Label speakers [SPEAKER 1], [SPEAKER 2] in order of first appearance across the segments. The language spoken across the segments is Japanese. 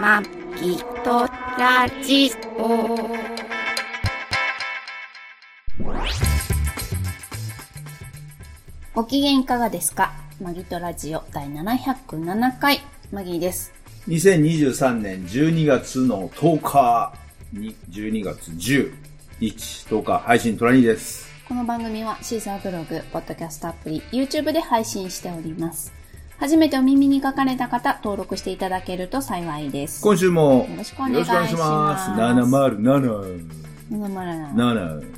[SPEAKER 1] まきとラジオ。ご機嫌いかがですかマギトラジオ第707回、マギーです。
[SPEAKER 2] 2023年12月の10日に、12月10日、10日配信トラニーです。
[SPEAKER 1] この番組はシーサーブログ、ポッドキャストアプリ、YouTube で配信しております。初めてお耳に書かれた方、登録していただけると幸いです。
[SPEAKER 2] 今週も
[SPEAKER 1] よろしくお願いします
[SPEAKER 2] 707。
[SPEAKER 1] 野々村な
[SPEAKER 2] 7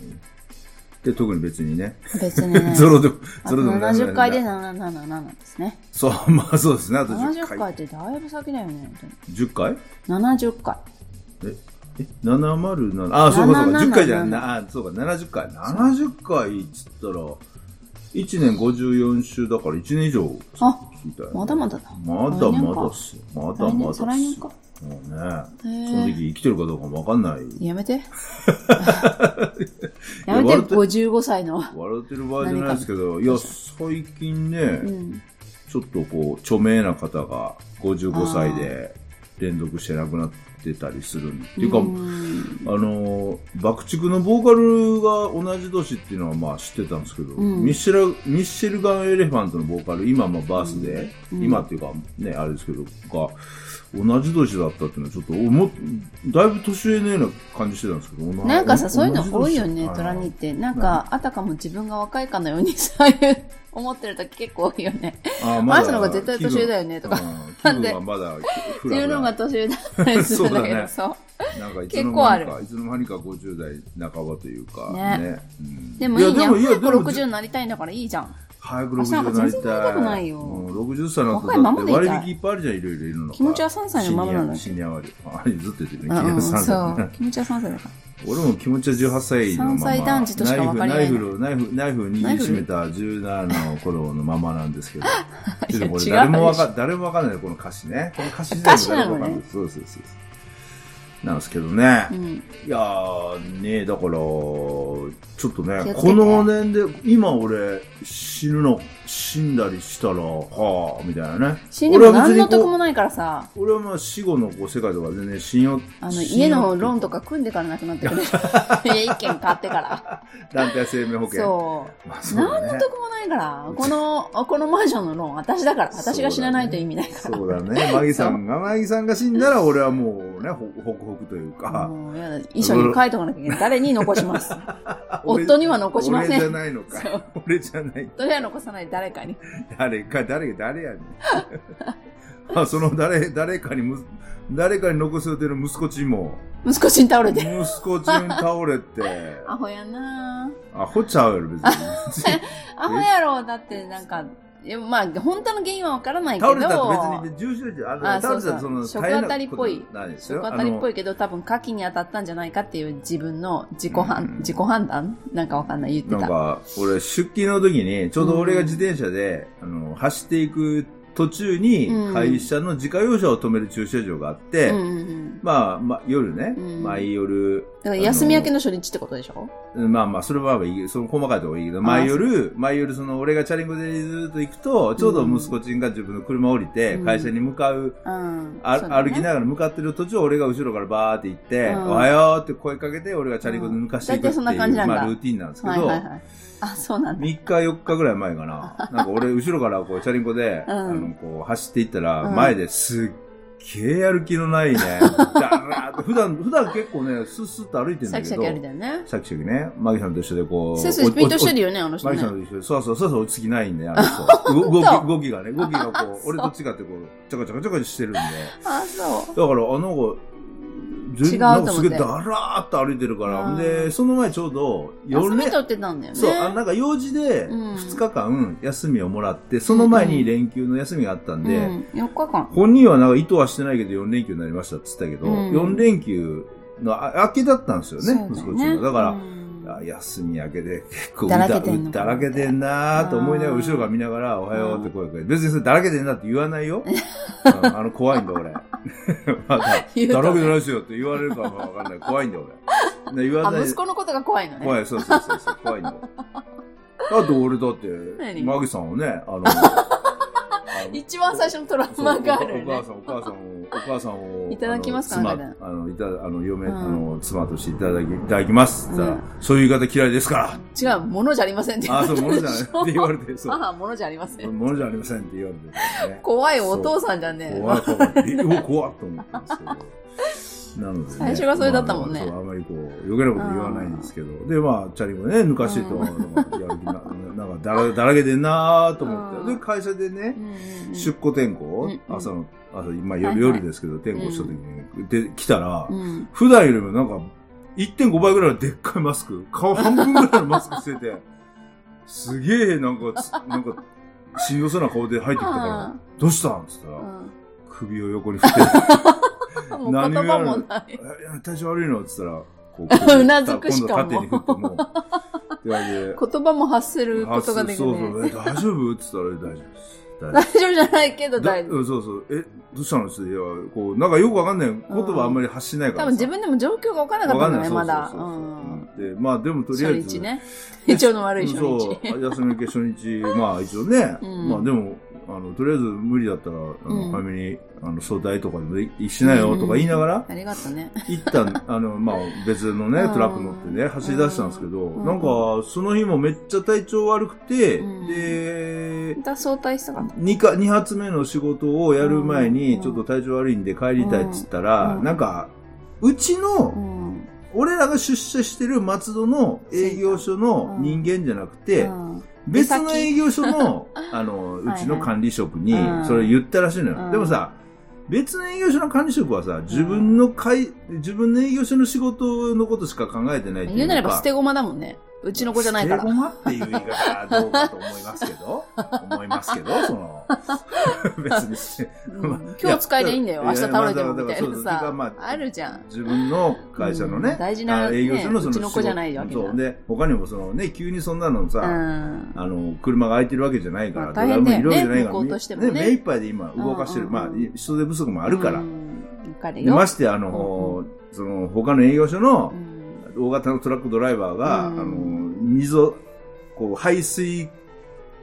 [SPEAKER 2] で、特に別にね。
[SPEAKER 1] 別にね
[SPEAKER 2] 。ゾロで、
[SPEAKER 1] あ
[SPEAKER 2] ゾ
[SPEAKER 1] と
[SPEAKER 2] ロでも
[SPEAKER 1] 70回で
[SPEAKER 2] な。
[SPEAKER 1] 777ですね。
[SPEAKER 2] そう、まあそうですね。あと10
[SPEAKER 1] 70回
[SPEAKER 2] 回
[SPEAKER 1] っ。てだいぶ先だよね。
[SPEAKER 2] 10回
[SPEAKER 1] 70回。
[SPEAKER 2] え、え、707、あ、そうかそうか、
[SPEAKER 1] 777
[SPEAKER 2] 10回じゃな、あ、そうか、70回。70回っつったら、1年54週だから1年以上
[SPEAKER 1] あ、
[SPEAKER 2] みたいな。
[SPEAKER 1] まだまだだ。
[SPEAKER 2] まだまだっすよ。まだ
[SPEAKER 1] 来年
[SPEAKER 2] まだっす
[SPEAKER 1] 再
[SPEAKER 2] よ。
[SPEAKER 1] 来年か。
[SPEAKER 2] もうね、そ
[SPEAKER 1] ー
[SPEAKER 2] の時生きてるかどうかもわかん ない。
[SPEAKER 1] やめて。やめて、
[SPEAKER 2] 笑って
[SPEAKER 1] 55歳の。
[SPEAKER 2] 笑ってる場合じゃないですけど、いや、最近ね、
[SPEAKER 1] うん。
[SPEAKER 2] ちょっとこう、著名な方が55歳で連続して亡くなってたりするんで。っていうか、
[SPEAKER 1] うん
[SPEAKER 2] あの、爆竹のボーカルが同じ年っていうのはまあ知ってたんですけど、
[SPEAKER 1] うん
[SPEAKER 2] ミッシェラ、ミッシェルガン・エレファントのボーカル、今まあバースで、
[SPEAKER 1] うん
[SPEAKER 2] 今っていうかね、あれですけど、が、同じ年だったっていうのはちょっと、おも、だいぶ年上のような感じしてたんですけど、同じ
[SPEAKER 1] なんかさ、そういうの多いよ
[SPEAKER 2] 同じ
[SPEAKER 1] ね
[SPEAKER 2] 年、
[SPEAKER 1] トラニーっ
[SPEAKER 2] はい
[SPEAKER 1] て。なんか、あたかも自分が若いかのように、そういう、 思ってる時結構多いよね。
[SPEAKER 2] あ
[SPEAKER 1] あなたの方が絶対年上だよねとか。
[SPEAKER 2] ま だ気分うん気分はまだ、ふ
[SPEAKER 1] 自分の
[SPEAKER 2] ら
[SPEAKER 1] 方が年上
[SPEAKER 2] ふら。
[SPEAKER 1] だったりするんだけど、そう。
[SPEAKER 2] なんかいつの
[SPEAKER 1] 結構あ
[SPEAKER 2] 間
[SPEAKER 1] る
[SPEAKER 2] にか、いつの間にか50代半ばというか、
[SPEAKER 1] ね
[SPEAKER 2] ね。うん
[SPEAKER 1] でもいいじゃん。
[SPEAKER 2] やでもいや
[SPEAKER 1] 早
[SPEAKER 2] で
[SPEAKER 1] く
[SPEAKER 2] も
[SPEAKER 1] 60になりたいんだからいいじゃん。
[SPEAKER 2] 早く
[SPEAKER 1] 私なんか
[SPEAKER 2] 60になりた
[SPEAKER 1] 全
[SPEAKER 2] い。
[SPEAKER 1] 然若くないよ
[SPEAKER 2] うん60歳なん
[SPEAKER 1] 若いま
[SPEAKER 2] だ
[SPEAKER 1] ま
[SPEAKER 2] っ
[SPEAKER 1] で
[SPEAKER 2] て
[SPEAKER 1] いたい
[SPEAKER 2] 割引いっぱいあるじゃん、いろいろいるのが。
[SPEAKER 1] 気持ちは3歳のままなのに
[SPEAKER 2] シニアシニア割。あれずっと言ってるね。
[SPEAKER 1] うんうん、
[SPEAKER 2] シニア3
[SPEAKER 1] そ
[SPEAKER 2] 歳、
[SPEAKER 1] う。気持ちは3歳だから。
[SPEAKER 2] 俺も気持ちは18歳のま
[SPEAKER 1] 三
[SPEAKER 2] ま。
[SPEAKER 1] 歳男児としか分かり合
[SPEAKER 2] ナ
[SPEAKER 1] えな
[SPEAKER 2] イ
[SPEAKER 1] い
[SPEAKER 2] フ、ナイフ、ナイフ、ナイフを
[SPEAKER 1] ナイ
[SPEAKER 2] 握り
[SPEAKER 1] フ
[SPEAKER 2] しめた17の頃のままなんで すけど。ちょっとこれ
[SPEAKER 1] 違う
[SPEAKER 2] 誰もわか、誰もわかんないねこの歌詞ね。この歌詞自体も誰もわかんない。そうそうそうそう。なんですけどね。
[SPEAKER 1] うん。
[SPEAKER 2] いやーねだから、ちょっとね
[SPEAKER 1] 気をつけ、て
[SPEAKER 2] この年で、今俺、死ぬの、死んだりしたら、はあみたいなね。
[SPEAKER 1] 死んでも何
[SPEAKER 2] 俺
[SPEAKER 1] の
[SPEAKER 2] は別
[SPEAKER 1] 得
[SPEAKER 2] にこ
[SPEAKER 1] もないからさ、
[SPEAKER 2] う、俺はまあ死後のこう世界とか全然信用、
[SPEAKER 1] あの、
[SPEAKER 2] 信用
[SPEAKER 1] 家のローンとか組んでからなくなってく る。家一軒買ってから。
[SPEAKER 2] 団体生命保険。
[SPEAKER 1] そう。
[SPEAKER 2] まあそうだ
[SPEAKER 1] 何
[SPEAKER 2] ね
[SPEAKER 1] の得もないから、この、このマンションのローン、私だから、私が死なないと意味ないから。
[SPEAKER 2] そうだね。マギさんが、マギさんが死んだら俺はもうね、ほほくほくというか、
[SPEAKER 1] もうやだ、遺書に書いとかなきゃいけない。誰に残し ます
[SPEAKER 2] 俺
[SPEAKER 1] 夫には残しません
[SPEAKER 2] 俺じゃないの
[SPEAKER 1] そ
[SPEAKER 2] か。俺じゃない。
[SPEAKER 1] 誰は残さない誰かに。
[SPEAKER 2] 誰か、誰が誰やね ん。あその誰、誰かにむ、誰かに残す予定の息子ちんも、
[SPEAKER 1] 息子死に倒れ
[SPEAKER 2] 息
[SPEAKER 1] て。
[SPEAKER 2] 子ちん倒れて、
[SPEAKER 1] アホやなぁ
[SPEAKER 2] あ、ほっちゃうや ろ、別に。
[SPEAKER 1] アホやろ、だってなんか、いやまあ、本当の原因はわからないけ
[SPEAKER 2] 倒
[SPEAKER 1] ど、
[SPEAKER 2] れたって別に重症じゃ、あの
[SPEAKER 1] あ
[SPEAKER 2] 倒れ
[SPEAKER 1] そう
[SPEAKER 2] た
[SPEAKER 1] そ
[SPEAKER 2] ら
[SPEAKER 1] う
[SPEAKER 2] そ
[SPEAKER 1] 食
[SPEAKER 2] の、大変な
[SPEAKER 1] 当たりっぽい
[SPEAKER 2] ことないです
[SPEAKER 1] 食
[SPEAKER 2] よ。
[SPEAKER 1] 当たりっぽい
[SPEAKER 2] あ
[SPEAKER 1] けど、多分火器に当たったんじゃないかっていう自分の自己判、
[SPEAKER 2] うん
[SPEAKER 1] 自己判断なんかわかんない、言って
[SPEAKER 2] の。なん
[SPEAKER 1] た。
[SPEAKER 2] か、俺、出勤の時に、ちょうど俺が自転車で、あの、走っていく途中に
[SPEAKER 1] う、ん
[SPEAKER 2] 会社の自家用車を止める駐車場があって、
[SPEAKER 1] うんうんうん。
[SPEAKER 2] まあ、まあ、夜ね、
[SPEAKER 1] うん
[SPEAKER 2] 毎夜、
[SPEAKER 1] だから休み明け
[SPEAKER 2] の
[SPEAKER 1] の初日ってことでしょ
[SPEAKER 2] まあまあ、それはまあいい、その細かいところはいいけど、
[SPEAKER 1] あ
[SPEAKER 2] 毎夜、毎夜、その、俺がチャリンコでずっと行くと、ちょうど息子ちんが自分の車降りて、
[SPEAKER 1] うん
[SPEAKER 2] 会社に向かう、
[SPEAKER 1] うん。
[SPEAKER 2] あ
[SPEAKER 1] そうだね
[SPEAKER 2] 歩きながら向かってる途中、俺が後ろからバーって行って、
[SPEAKER 1] うん
[SPEAKER 2] おはようって声かけて、俺がチャリンコで抜かしていくってい
[SPEAKER 1] うん大体
[SPEAKER 2] う、
[SPEAKER 1] そんな感じなんだ
[SPEAKER 2] まあ、ルーティンなんですけど、
[SPEAKER 1] はいはいはい。あ、そうなんだ。
[SPEAKER 2] 3日4日ぐらい前かな。なんか俺、後ろからこう、チャリンコで、
[SPEAKER 1] うん
[SPEAKER 2] あの、こう、走っていったら、
[SPEAKER 1] うん
[SPEAKER 2] 前ですっげえやる気のないね。だらーっと普段、普段結構ね、スッスッと歩いてるん
[SPEAKER 1] シャ
[SPEAKER 2] だ
[SPEAKER 1] キ
[SPEAKER 2] け
[SPEAKER 1] シャ
[SPEAKER 2] ど。
[SPEAKER 1] キやるだよね。
[SPEAKER 2] シャキシャキね。マギさんと一緒でこう。
[SPEAKER 1] 先生、スピードしてる
[SPEAKER 2] よ。
[SPEAKER 1] よね、あの人
[SPEAKER 2] マギ
[SPEAKER 1] ね
[SPEAKER 2] さ。んと一緒で。そうそう、そうそう、落ち着きないんで、あの人動き、動きがね、動きがこう、俺と違ってこう、ちゃかちゃかちゃかしてるんで。
[SPEAKER 1] あ、そう。
[SPEAKER 2] だから、あの子、
[SPEAKER 1] 違う
[SPEAKER 2] 全
[SPEAKER 1] と思
[SPEAKER 2] な
[SPEAKER 1] って
[SPEAKER 2] んかすげえだらーっと歩いてるか
[SPEAKER 1] あ
[SPEAKER 2] ら。
[SPEAKER 1] ー
[SPEAKER 2] で、その前ちょうど、
[SPEAKER 1] 休
[SPEAKER 2] 夜
[SPEAKER 1] み
[SPEAKER 2] ね。
[SPEAKER 1] 取ってたんだよね。
[SPEAKER 2] そう、あのなんか用事で、
[SPEAKER 1] うん
[SPEAKER 2] 2日間休みをもらって、その前
[SPEAKER 1] うんう
[SPEAKER 2] に
[SPEAKER 1] ん
[SPEAKER 2] 連休の休みがあったん
[SPEAKER 1] う
[SPEAKER 2] で、
[SPEAKER 1] ん、4日間。
[SPEAKER 2] 本人はなんか意図はしてないけど4連休になりましたって言ってたけど、
[SPEAKER 1] うん
[SPEAKER 2] 4連休のあ明けだったんですよね、息
[SPEAKER 1] そ
[SPEAKER 2] 子
[SPEAKER 1] う
[SPEAKER 2] ちゃんが。だから、
[SPEAKER 1] ら
[SPEAKER 2] あ休み明けで結構う
[SPEAKER 1] だ
[SPEAKER 2] だ
[SPEAKER 1] らけてんのかな
[SPEAKER 2] だらけてんなーと思いながら後ろから見ながらおはようって声かけて、別にそれだらけてんなって言わな いよ。うんあの、怖いんだ俺。 まだ、
[SPEAKER 1] 言うと
[SPEAKER 2] だらけてないですよって言われるかもわかんない。怖いんだ俺。で言わ
[SPEAKER 1] あ、
[SPEAKER 2] ない。
[SPEAKER 1] 息子のことが怖いのね。
[SPEAKER 2] 怖い、そうそうそうそう、 怖いんだよ。あと俺だって、
[SPEAKER 1] 何
[SPEAKER 2] マギさんをね、あの、
[SPEAKER 1] 一番最初のトラウ マがあ
[SPEAKER 2] そう
[SPEAKER 1] る、
[SPEAKER 2] お
[SPEAKER 1] ね
[SPEAKER 2] 母。さん、お母さんを、お母さん を。
[SPEAKER 1] いただきますか
[SPEAKER 2] あの
[SPEAKER 1] ね
[SPEAKER 2] 妻、あの、いた、あの、嫁、
[SPEAKER 1] うん
[SPEAKER 2] あの、妻としていただき、いただきます。じゃあ
[SPEAKER 1] うん
[SPEAKER 2] そういう言い方嫌いですか
[SPEAKER 1] 違う、ものじゃありませんって
[SPEAKER 2] ら。あ、そう、ものじゃない。
[SPEAKER 1] い
[SPEAKER 2] って言われて、そう。
[SPEAKER 1] 母、ものじゃありません。
[SPEAKER 2] ものじゃありませんって言われて、ね。
[SPEAKER 1] 怖いお父さんじゃねえ。
[SPEAKER 2] 怖い怖い。えお怖っと思ったんですけど。なので、ね、
[SPEAKER 1] 最初がそれだったもんね
[SPEAKER 2] まあ そうあまりこう、余計なこと言わないんですけど。で、まあ、チャリもね、抜かしてと、
[SPEAKER 1] うん
[SPEAKER 2] なんかやる気な、 なんかだらだらけでんなーと思って。
[SPEAKER 1] うん
[SPEAKER 2] で、会社でね、
[SPEAKER 1] うんうんうん
[SPEAKER 2] 出庫転校、
[SPEAKER 1] うんうん
[SPEAKER 2] 朝の、朝、
[SPEAKER 1] は
[SPEAKER 2] 今
[SPEAKER 1] いはい
[SPEAKER 2] 夜夜ですけど、転校した時に、で、来たら、
[SPEAKER 1] うん
[SPEAKER 2] 普段よりもなんか、1.5倍ぐらいのでっかいマスク、顔半分ぐらいのマスクしてて、すげえなんかつ、なんか、しんどそうな顔で入ってきたから
[SPEAKER 1] あ、
[SPEAKER 2] どうしたんって言った
[SPEAKER 1] う
[SPEAKER 2] ら、
[SPEAKER 1] ん
[SPEAKER 2] 首を横に振って、
[SPEAKER 1] も う言葉もない。
[SPEAKER 2] えいや体調悪いのって言ったら、こう首を
[SPEAKER 1] うなずくしかも
[SPEAKER 2] 今度縦に振ってもう、って感 じで
[SPEAKER 1] 言葉も発することができ
[SPEAKER 2] そうそ
[SPEAKER 1] な
[SPEAKER 2] う、
[SPEAKER 1] い。
[SPEAKER 2] え大丈夫って言ったら、大丈夫です。大丈夫
[SPEAKER 1] 大丈夫じゃないけど
[SPEAKER 2] だ
[SPEAKER 1] 大丈
[SPEAKER 2] う
[SPEAKER 1] 夫。
[SPEAKER 2] んそうそう。え、どうしたのっていや、こう、なんかよくわかんない。言葉あんまり発しないか
[SPEAKER 1] 多
[SPEAKER 2] ら
[SPEAKER 1] 分
[SPEAKER 2] さ。
[SPEAKER 1] 自分でも状況が分からなかったんだね、まだ。
[SPEAKER 2] そうそう
[SPEAKER 1] う
[SPEAKER 2] そう
[SPEAKER 1] ん
[SPEAKER 2] そうで、まあでもとりあえ
[SPEAKER 1] 初
[SPEAKER 2] ず。
[SPEAKER 1] 日ね。体調の 悪い初
[SPEAKER 2] うん
[SPEAKER 1] 日。
[SPEAKER 2] そう。休み明け初日、まあ一応ね。
[SPEAKER 1] うん
[SPEAKER 2] まあでも、あの、とりあえず無理だったら、あの、
[SPEAKER 1] うん
[SPEAKER 2] 早めに、あの、早退とかでもいいしなよとか言いながら、
[SPEAKER 1] ありがとね。
[SPEAKER 2] 一旦、あの、まあ別のね、トラック乗ってね、走り出したんですけど、
[SPEAKER 1] うん
[SPEAKER 2] なんか、その日もめっちゃ体調悪くて、
[SPEAKER 1] うん
[SPEAKER 2] で、
[SPEAKER 1] また早退したかった。
[SPEAKER 2] 2, か二発目の仕事をやる前
[SPEAKER 1] う
[SPEAKER 2] に、
[SPEAKER 1] ん
[SPEAKER 2] ちょっと体調悪いんで帰りたいっつったら、
[SPEAKER 1] うん
[SPEAKER 2] なんか、うちの、
[SPEAKER 1] うん。
[SPEAKER 2] 俺らが出社してる松戸の営業所の人間じゃなくて、
[SPEAKER 1] うん
[SPEAKER 2] 別の営業所の、 あの、うちの管理職に
[SPEAKER 1] はいはいうん、
[SPEAKER 2] それ言ったらしいのよ。
[SPEAKER 1] うん
[SPEAKER 2] でもさ、別の営業所の管理職はさ、自分の会、自分の営業所の仕事のことしか考えてないっていうか
[SPEAKER 1] 言うなれば捨て駒だもんね。うちの子じゃないから
[SPEAKER 2] 捨て。駒っていう言い方はどうかと思いますけ ど、思いますけど、その、 別に捨て
[SPEAKER 1] うん今日使いでいいんだよ。
[SPEAKER 2] い
[SPEAKER 1] 明
[SPEAKER 2] や
[SPEAKER 1] 日倒れてもみたい
[SPEAKER 2] いや
[SPEAKER 1] な
[SPEAKER 2] まあだからそう
[SPEAKER 1] さ
[SPEAKER 2] だ。から
[SPEAKER 1] あるじゃん。
[SPEAKER 2] 自分の会社のね、
[SPEAKER 1] うん大事な
[SPEAKER 2] あ営業所の
[SPEAKER 1] ね
[SPEAKER 2] その
[SPEAKER 1] うちの子じゃないわけだ
[SPEAKER 2] そう。で、他にもそのね、急にそんなの
[SPEAKER 1] う
[SPEAKER 2] さ、
[SPEAKER 1] ん。
[SPEAKER 2] あの、車が空いてるわけじゃないから、
[SPEAKER 1] まあ大変だよね
[SPEAKER 2] ドライブもいろいろじゃないから
[SPEAKER 1] 向こうとしてもね
[SPEAKER 2] ね目いっぱいで今動かしてる。
[SPEAKER 1] うんうんうん
[SPEAKER 2] まあ、人手不足もあるから。
[SPEAKER 1] うんわかる
[SPEAKER 2] で
[SPEAKER 1] よ。
[SPEAKER 2] まして、あの、その、他の営業所の
[SPEAKER 1] うん
[SPEAKER 2] 大型のトラックドライバーが、
[SPEAKER 1] うん
[SPEAKER 2] あの、溝、こう、排水、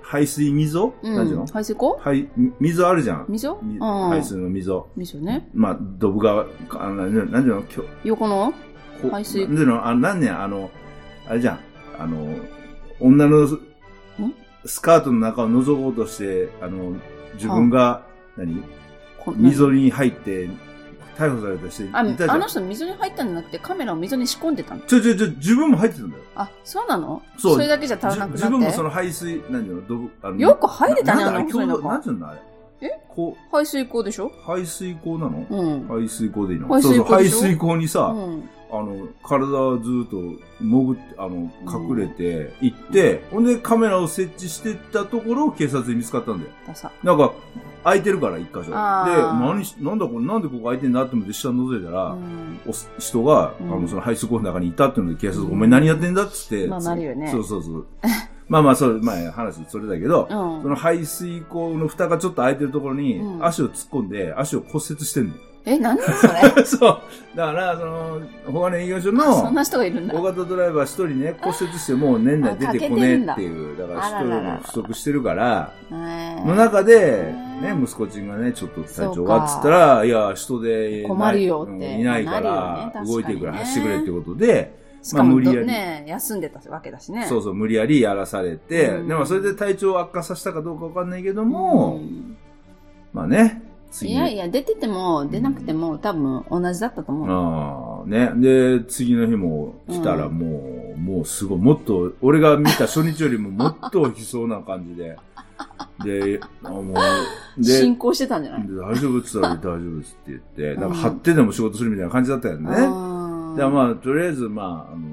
[SPEAKER 2] 排水溝、
[SPEAKER 1] うん
[SPEAKER 2] なんていうの
[SPEAKER 1] 排水溝
[SPEAKER 2] 排、溝あるじゃん。
[SPEAKER 1] 溝う
[SPEAKER 2] み
[SPEAKER 1] ん。
[SPEAKER 2] 排水の溝。
[SPEAKER 1] 溝ね。
[SPEAKER 2] まあ、ドブ川、あの、なんなんていうの、きょ
[SPEAKER 1] 横の
[SPEAKER 2] こ
[SPEAKER 1] 排水
[SPEAKER 2] なんていうの、あの、何年、あの、あれじゃん、あの、女のスカートの中を覗こうとして、あの、自分が、何
[SPEAKER 1] こ
[SPEAKER 2] 溝に入って、逮捕された人い
[SPEAKER 1] ああ
[SPEAKER 2] たじゃん
[SPEAKER 1] の。人溝に入ったんじゃなくてカメラを溝に仕込んでたの。
[SPEAKER 2] ちょちょちょ、自分も入ってたんだよ。
[SPEAKER 1] あ、そうなの
[SPEAKER 2] そう
[SPEAKER 1] れだけじゃ足らなくなって。
[SPEAKER 2] 自分もその排水、何ていうの、ドブ、あの、
[SPEAKER 1] よく入れたね、
[SPEAKER 2] な
[SPEAKER 1] あ
[SPEAKER 2] なんだ
[SPEAKER 1] の
[SPEAKER 2] れ
[SPEAKER 1] 細い
[SPEAKER 2] 共同なん
[SPEAKER 1] 中。
[SPEAKER 2] ていうのあれ。
[SPEAKER 1] え
[SPEAKER 2] こ
[SPEAKER 1] 排水溝でしょ
[SPEAKER 2] う、排水口なの、
[SPEAKER 1] うん。
[SPEAKER 2] 排水口でいいの
[SPEAKER 1] 排水口
[SPEAKER 2] そうそう、
[SPEAKER 1] で
[SPEAKER 2] 排
[SPEAKER 1] しょ
[SPEAKER 2] 水口にさ、
[SPEAKER 1] うん。
[SPEAKER 2] あの、体をずっと潜って、あの、隠れて、行って、ほんでカメラを設置してったところ、警察に見つかったんだよ。
[SPEAKER 1] ダサ。
[SPEAKER 2] なんか、開いてるから、一箇所。で、
[SPEAKER 1] あー
[SPEAKER 2] 何し、なんだこれ、なんでここ開いてんだって思って下覗いた
[SPEAKER 1] う
[SPEAKER 2] ら、
[SPEAKER 1] ん。
[SPEAKER 2] おす人が、
[SPEAKER 1] うん
[SPEAKER 2] あの、その排水口の中にいたっていうので、警察、
[SPEAKER 1] うん
[SPEAKER 2] お前何やってんだっつって。
[SPEAKER 1] まあなるよね
[SPEAKER 2] そうそ うそう。まあまあ、それ、まあ話、それだけど、
[SPEAKER 1] うん
[SPEAKER 2] その排水口の蓋がちょっと開いてるところに
[SPEAKER 1] う、ん
[SPEAKER 2] 足を突っ込んで、足を骨折してんの。
[SPEAKER 1] え、 何それ
[SPEAKER 2] そう。だから、その、他の営業所
[SPEAKER 1] そん
[SPEAKER 2] の、
[SPEAKER 1] な人がいるんだ
[SPEAKER 2] 大。型ドライバー一人ね、骨折してもう年内出てこねえっていう、だか
[SPEAKER 1] あか
[SPEAKER 2] ら
[SPEAKER 1] けてんだあらららら
[SPEAKER 2] 人手不足してるから、の
[SPEAKER 1] の
[SPEAKER 2] 中で、
[SPEAKER 1] へ
[SPEAKER 2] ね、
[SPEAKER 1] ー
[SPEAKER 2] 息子ちんがね、ちょっと体
[SPEAKER 1] そ
[SPEAKER 2] 調
[SPEAKER 1] うか
[SPEAKER 2] がっつったら、いや、人でない、
[SPEAKER 1] 困るよって
[SPEAKER 2] うんいないか
[SPEAKER 1] な
[SPEAKER 2] ら、
[SPEAKER 1] るよね
[SPEAKER 2] 動いてるから
[SPEAKER 1] 確かにね
[SPEAKER 2] 走ってくれってことで、
[SPEAKER 1] しかも、
[SPEAKER 2] まあ無理やり
[SPEAKER 1] ね、休んでたわけだしね。
[SPEAKER 2] そうそう、無理やりやらされて、
[SPEAKER 1] うん
[SPEAKER 2] でもそれで体調を悪化させたかどうかわかんないけど
[SPEAKER 1] うん
[SPEAKER 2] も、まあね、次
[SPEAKER 1] いやいや、出てても、出なくても、多分同じだったと思う。
[SPEAKER 2] ああ、ね。で、次の日も来たら
[SPEAKER 1] うん
[SPEAKER 2] もう、もうすごい、もっと、俺が見た初日よりももっと悲壮な感じ で。で、あもう、で、
[SPEAKER 1] 進行してたんじゃない
[SPEAKER 2] 大丈夫っつったら大丈夫っつって言って、
[SPEAKER 1] うん
[SPEAKER 2] なんか張ってでも仕事するみたいな感じだったよね。だ
[SPEAKER 1] あ
[SPEAKER 2] から
[SPEAKER 1] あ、
[SPEAKER 2] まあ、とりあえず、まあ、あの、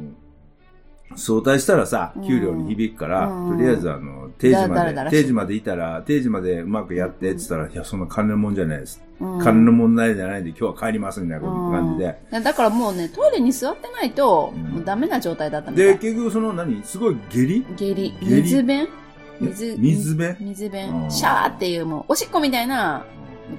[SPEAKER 2] 早退したらさ
[SPEAKER 1] う、ん
[SPEAKER 2] 給料に響くから、
[SPEAKER 1] うん
[SPEAKER 2] とりあえず、あの、定時
[SPEAKER 1] だ
[SPEAKER 2] ま
[SPEAKER 1] らだ
[SPEAKER 2] で
[SPEAKER 1] ら、
[SPEAKER 2] 定時までいたら、定時までうまくやってって言ったら、いや、そんな金のもんじゃないです。
[SPEAKER 1] うん
[SPEAKER 2] 金の問題じゃないんで、今日は帰りますみたいな感じで。
[SPEAKER 1] だからもうね、トイレに座ってないと、
[SPEAKER 2] うん
[SPEAKER 1] もうダメな状態だったみた
[SPEAKER 2] で、
[SPEAKER 1] い。
[SPEAKER 2] 結局その何すごい下痢
[SPEAKER 1] 下痢。
[SPEAKER 2] 下痢
[SPEAKER 1] 水便水、
[SPEAKER 2] 水辺
[SPEAKER 1] 水
[SPEAKER 2] う
[SPEAKER 1] 便。
[SPEAKER 2] ん
[SPEAKER 1] シャーっていう、もう、おしっこみたいな、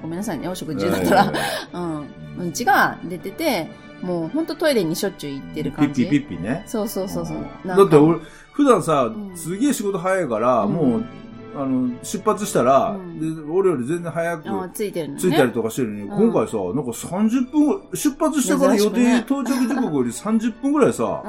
[SPEAKER 1] ごめんなさいね、お食事だったら。うん。うんちが出てて、もうほんとトイレにしょっちゅう行ってる感じ。
[SPEAKER 2] ピッピピッピね。
[SPEAKER 1] そうそうそうそう。
[SPEAKER 2] ん
[SPEAKER 1] な
[SPEAKER 2] だ
[SPEAKER 1] ん
[SPEAKER 2] って
[SPEAKER 1] か
[SPEAKER 2] 俺、普段さ
[SPEAKER 1] う、ん
[SPEAKER 2] すげえ仕事早いから、
[SPEAKER 1] うん
[SPEAKER 2] もう、あの、出発したら、
[SPEAKER 1] うん
[SPEAKER 2] で、俺より全然早く
[SPEAKER 1] あーついてるのね。
[SPEAKER 2] 着いたりとかしてるのに、
[SPEAKER 1] うん
[SPEAKER 2] 今回さ、なんか30分ぐらい、出発してか
[SPEAKER 1] 珍
[SPEAKER 2] ら予
[SPEAKER 1] しくね
[SPEAKER 2] 定到着時 刻より30分ぐらいさ、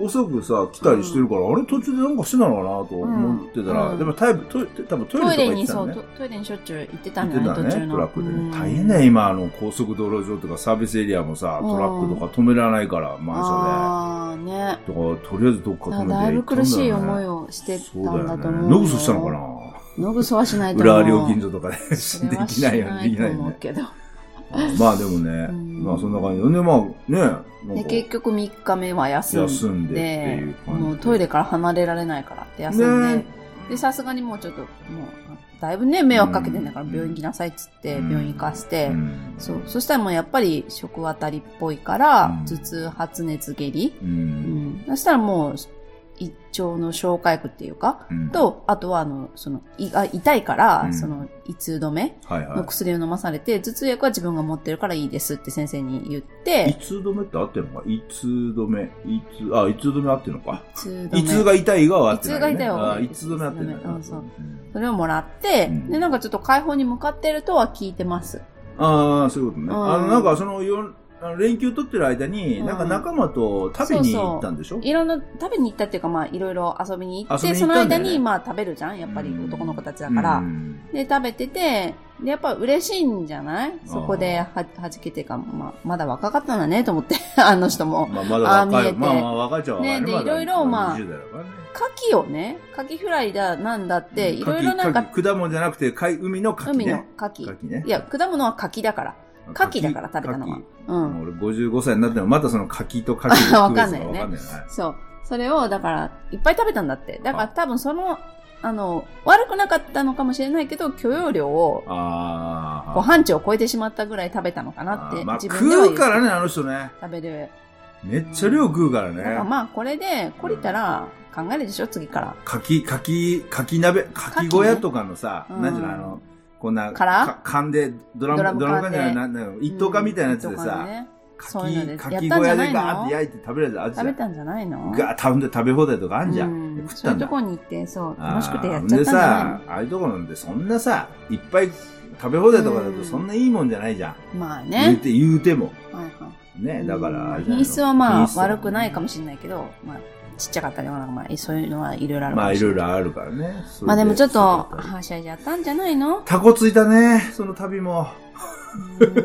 [SPEAKER 1] うん。
[SPEAKER 2] 遅くさ、来たりしてるから、あれ途中でなんかしてたのかなと思ってたら、
[SPEAKER 1] うん
[SPEAKER 2] でもタイプ、トイレ、多分トイレと
[SPEAKER 1] ト
[SPEAKER 2] か
[SPEAKER 1] イレ
[SPEAKER 2] 行っ
[SPEAKER 1] に
[SPEAKER 2] てた
[SPEAKER 1] そ
[SPEAKER 2] の
[SPEAKER 1] う
[SPEAKER 2] ね
[SPEAKER 1] ト。トイレにしょっちゅう行ってた
[SPEAKER 2] 行っ
[SPEAKER 1] ん
[SPEAKER 2] て
[SPEAKER 1] だね、
[SPEAKER 2] た
[SPEAKER 1] 途中
[SPEAKER 2] ね、
[SPEAKER 1] の
[SPEAKER 2] トラックで
[SPEAKER 1] うん
[SPEAKER 2] ね。大変ね、今、あの、高速道路上とかサービスエリアもさ、トラックとか止められないから、満
[SPEAKER 1] ああね
[SPEAKER 2] 車で。とか、とりあえずどっか止めて行ったんだ
[SPEAKER 1] だい
[SPEAKER 2] よ
[SPEAKER 1] ぶ
[SPEAKER 2] ね。
[SPEAKER 1] 苦しい思いをしてたんだと思う
[SPEAKER 2] ノグソしたのかな
[SPEAKER 1] なノグソはしないと思う
[SPEAKER 2] 裏料金所とかで で
[SPEAKER 1] それは
[SPEAKER 2] きないよね、で
[SPEAKER 1] し
[SPEAKER 2] き
[SPEAKER 1] と
[SPEAKER 2] ないよ
[SPEAKER 1] 思う
[SPEAKER 2] ね。
[SPEAKER 1] けど
[SPEAKER 2] まあでもね、
[SPEAKER 1] うん
[SPEAKER 2] まあそんな感じで、ね、まあね、なんか
[SPEAKER 1] で結局3日目は休んで
[SPEAKER 2] 休んでっていう感じ。
[SPEAKER 1] もうトイレから離れられないからって休んで、
[SPEAKER 2] ね
[SPEAKER 1] でさすがにもうちょっともうだいぶね迷惑かけてんだから
[SPEAKER 2] うん
[SPEAKER 1] 病院行きなさいっつって
[SPEAKER 2] うん
[SPEAKER 1] 病院行かせて、
[SPEAKER 2] うん
[SPEAKER 1] そうそしたらもうやっぱり食あたりっぽいから、
[SPEAKER 2] うん
[SPEAKER 1] 頭痛発熱下痢、
[SPEAKER 2] う。
[SPEAKER 1] うんん、そしたらもう胃腸の消化薬っていうか、
[SPEAKER 2] うん、
[SPEAKER 1] と、あとは、あの、その、胃が痛いから、
[SPEAKER 2] うん
[SPEAKER 1] その、胃痛止め
[SPEAKER 2] はいは
[SPEAKER 1] の薬を飲まされて、頭痛薬は自分が持ってるからいいですって先生に言っ
[SPEAKER 2] い。胃
[SPEAKER 1] て、
[SPEAKER 2] 痛止めって合ってるのか胃痛止め、胃痛、あ、胃痛止め合ってるのか。
[SPEAKER 1] 胃痛止め。
[SPEAKER 2] 胃痛が痛いがは合ってない、ね。
[SPEAKER 1] 胃痛が痛いは合っ
[SPEAKER 2] あ
[SPEAKER 1] て
[SPEAKER 2] 胃
[SPEAKER 1] る
[SPEAKER 2] 痛止め合ってるんだよな
[SPEAKER 1] うんそうそれをもらって、
[SPEAKER 2] うん
[SPEAKER 1] で、なんかちょっと解放に向かってるとは聞いてます。
[SPEAKER 2] ああ、そういうことね。
[SPEAKER 1] うん
[SPEAKER 2] あの、なんかその、よあの連休取ってる間に、
[SPEAKER 1] うん
[SPEAKER 2] なんか仲間と食べに行ったんでしょ
[SPEAKER 1] いろんな、食べに行ったっていうか、まあ、いろいろ遊びに行って、
[SPEAKER 2] 遊びに
[SPEAKER 1] そ
[SPEAKER 2] 行っ
[SPEAKER 1] の
[SPEAKER 2] たんだ
[SPEAKER 1] 間
[SPEAKER 2] よ
[SPEAKER 1] に、
[SPEAKER 2] ね
[SPEAKER 1] まあ、食べるじゃんやっぱり
[SPEAKER 2] うん
[SPEAKER 1] 男の子たちだから。
[SPEAKER 2] うん
[SPEAKER 1] で、食べてて、で、やっぱ嬉しいんじゃないそこでは、はじけてか、まあ、まだ若かったんだね、と思って、 あの人も。
[SPEAKER 2] まあ、まだ若
[SPEAKER 1] あー見え
[SPEAKER 2] い。
[SPEAKER 1] て
[SPEAKER 2] まあまあ、若いちゃんは若い
[SPEAKER 1] ねで
[SPEAKER 2] まだ
[SPEAKER 1] いろいろまあ
[SPEAKER 2] 20代だからね
[SPEAKER 1] 牡蠣をね、牡蠣フライだ、なんだって、いろいろなん
[SPEAKER 2] 牡
[SPEAKER 1] か、
[SPEAKER 2] 蠣果物じゃなくて、海海の牡蠣
[SPEAKER 1] 海の
[SPEAKER 2] ね。
[SPEAKER 1] 牡蠣。
[SPEAKER 2] 牡蠣ね。
[SPEAKER 1] いや、果物は牡蠣だから。牡蠣だから食べたのは
[SPEAKER 2] 牡。
[SPEAKER 1] う
[SPEAKER 2] 蠣
[SPEAKER 1] ん。
[SPEAKER 2] もう俺55歳になっても、またその牡蠣と牡蠣の区別 が
[SPEAKER 1] わかんないよね
[SPEAKER 2] わかんないよね。
[SPEAKER 1] そう。それを、だから、いっぱい食べたんだって。だから多分その、あの、悪くなかったのかもしれないけど、許容量を、
[SPEAKER 2] ああ。
[SPEAKER 1] ご飯値を超えてしまったぐらい食べたのかなって、
[SPEAKER 2] まあ、
[SPEAKER 1] 自
[SPEAKER 2] 食
[SPEAKER 1] 分では言
[SPEAKER 2] うからね、あの人ね。
[SPEAKER 1] 食べる。
[SPEAKER 2] めっちゃ量食うから
[SPEAKER 1] だから
[SPEAKER 2] ね。
[SPEAKER 1] まあ、これで、懲りたら、考えるでしょ、次から。
[SPEAKER 2] 柿、柿、柿鍋、柿小屋とかのさ、
[SPEAKER 1] うん
[SPEAKER 2] なんじゃないあの、こんな、
[SPEAKER 1] 殻
[SPEAKER 2] か缶で、ドラム、
[SPEAKER 1] ド
[SPEAKER 2] ド
[SPEAKER 1] ラ
[SPEAKER 2] ラ
[SPEAKER 1] ム缶
[SPEAKER 2] ム
[SPEAKER 1] で
[SPEAKER 2] 缶じゃないな、なん一等缶みたいなやつで
[SPEAKER 1] うん
[SPEAKER 2] さ、
[SPEAKER 1] ねそういうの
[SPEAKER 2] 柿、
[SPEAKER 1] でやっ
[SPEAKER 2] 柿
[SPEAKER 1] たん
[SPEAKER 2] 小
[SPEAKER 1] じゃ
[SPEAKER 2] 屋
[SPEAKER 1] ない
[SPEAKER 2] で
[SPEAKER 1] の
[SPEAKER 2] ガーって焼いて食べるやつ
[SPEAKER 1] 食
[SPEAKER 2] ある
[SPEAKER 1] べ
[SPEAKER 2] じゃ
[SPEAKER 1] たんじゃないの
[SPEAKER 2] ん。ガーッ食べ食べ放題とかあんじゃん。
[SPEAKER 1] う
[SPEAKER 2] 食った
[SPEAKER 1] そうい
[SPEAKER 2] ん
[SPEAKER 1] う
[SPEAKER 2] だ
[SPEAKER 1] と。こに行って、そう、
[SPEAKER 2] あー
[SPEAKER 1] 楽しくてやっちゃったんじゃない
[SPEAKER 2] でさ、ああいうとこなんてそんなさ、いっぱい食べ放題とかだ
[SPEAKER 1] う
[SPEAKER 2] と
[SPEAKER 1] ん
[SPEAKER 2] そんないいもんじゃないじゃん。
[SPEAKER 1] のまあ
[SPEAKER 2] 言う
[SPEAKER 1] ね。
[SPEAKER 2] て、言うても。
[SPEAKER 1] はいはい
[SPEAKER 2] ね、だからあれじゃないの、
[SPEAKER 1] 品質はまあ
[SPEAKER 2] 品質
[SPEAKER 1] 悪くないかもしれないけど、まあちっちゃかったりもなんかまあそういうのはいろいろあるか
[SPEAKER 2] まあ
[SPEAKER 1] も
[SPEAKER 2] い
[SPEAKER 1] しれ
[SPEAKER 2] ろ
[SPEAKER 1] ないい。
[SPEAKER 2] ろあるからね。それで
[SPEAKER 1] まあでもちょっと、
[SPEAKER 2] そうだた
[SPEAKER 1] はしゃいじゃったんじゃない の
[SPEAKER 2] タコついたね、その旅も。
[SPEAKER 1] う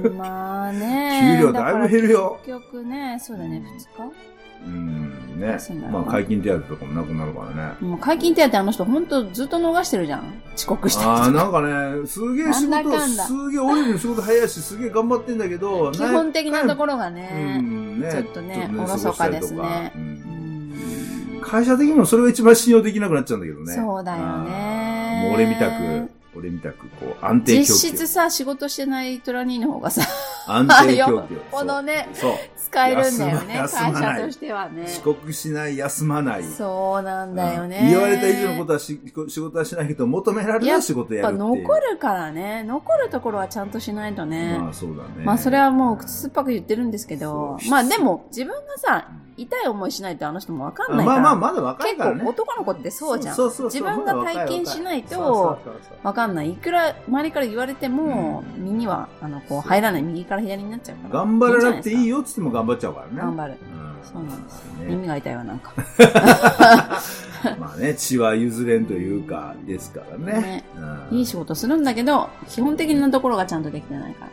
[SPEAKER 1] んまあね。
[SPEAKER 2] 給料だいぶ減るよ。
[SPEAKER 1] 結局ね、そうだね、
[SPEAKER 2] うん、ね
[SPEAKER 1] そう。なの
[SPEAKER 2] まあ解禁手当とかもなくなるからね
[SPEAKER 1] 2。日もう解禁手当あの人ほんとずっと逃してるじゃん。遅刻したりと
[SPEAKER 2] あ
[SPEAKER 1] か
[SPEAKER 2] あ、なんかね、すげえ仕
[SPEAKER 1] なんだ
[SPEAKER 2] 事、
[SPEAKER 1] かんだ
[SPEAKER 2] すげえ、俺よりも仕事早いし、すげえ頑張ってんだけど、
[SPEAKER 1] 基本的なと
[SPEAKER 2] ろ
[SPEAKER 1] ころが
[SPEAKER 2] う
[SPEAKER 1] ね。
[SPEAKER 2] ん、ね。
[SPEAKER 1] ちょっとね
[SPEAKER 2] ちょっ
[SPEAKER 1] おろそかですね
[SPEAKER 2] 過ごしたりとかう
[SPEAKER 1] うんん
[SPEAKER 2] 会社的にもそれが一番信用できなくなっちゃうんだけどね。
[SPEAKER 1] そうだよね
[SPEAKER 2] あーもう俺みたく、俺みたく、こう、安定供
[SPEAKER 1] 実
[SPEAKER 2] 給。
[SPEAKER 1] 質さ、仕事してないトラニーの方がさ、
[SPEAKER 2] 安
[SPEAKER 1] あ
[SPEAKER 2] 定
[SPEAKER 1] よ
[SPEAKER 2] 供給。
[SPEAKER 1] っぽどね、
[SPEAKER 2] そう。そう。
[SPEAKER 1] 使えるんだよね、会
[SPEAKER 2] 休まない
[SPEAKER 1] 社としてはね。
[SPEAKER 2] 遅刻しない、休まない。
[SPEAKER 1] そうなんだよね。
[SPEAKER 2] うん言われた以上のこととはし仕事はしないけど、求められる仕事や
[SPEAKER 1] や
[SPEAKER 2] る
[SPEAKER 1] っ
[SPEAKER 2] って
[SPEAKER 1] ぱ
[SPEAKER 2] いう。
[SPEAKER 1] 残るからね、残るところはちゃんとしないとね。
[SPEAKER 2] まあそうだね。
[SPEAKER 1] まあそれはもう口酸っぱく言ってるんですけど
[SPEAKER 2] そ、う
[SPEAKER 1] まあでも自分がさ、
[SPEAKER 2] う
[SPEAKER 1] 痛い思いしないとあの人もわかん
[SPEAKER 2] ん
[SPEAKER 1] ないか
[SPEAKER 2] ま
[SPEAKER 1] ら。
[SPEAKER 2] あまあ、まだ若い
[SPEAKER 1] 結
[SPEAKER 2] からね。
[SPEAKER 1] 構男の子ってそうじゃん。
[SPEAKER 2] そうそうそう
[SPEAKER 1] 自分が体験しない
[SPEAKER 2] そうそう
[SPEAKER 1] と
[SPEAKER 2] そうそう
[SPEAKER 1] わかんない。いくら周りから言われても、
[SPEAKER 2] う
[SPEAKER 1] 身には、あの、こう
[SPEAKER 2] そう
[SPEAKER 1] 入らない。右から左になっちゃうから。
[SPEAKER 2] 頑張らなくていい
[SPEAKER 1] よ。
[SPEAKER 2] よっつっても頑張っちゃうからね。
[SPEAKER 1] 頑張る。
[SPEAKER 2] うん
[SPEAKER 1] そうなんです
[SPEAKER 2] ね
[SPEAKER 1] 耳が痛いわ、なんか。
[SPEAKER 2] まあね、血は譲れんというか、ですからね。
[SPEAKER 1] ね
[SPEAKER 2] うん
[SPEAKER 1] いい仕事するんだけど、基本的なところがちゃんとできてないから。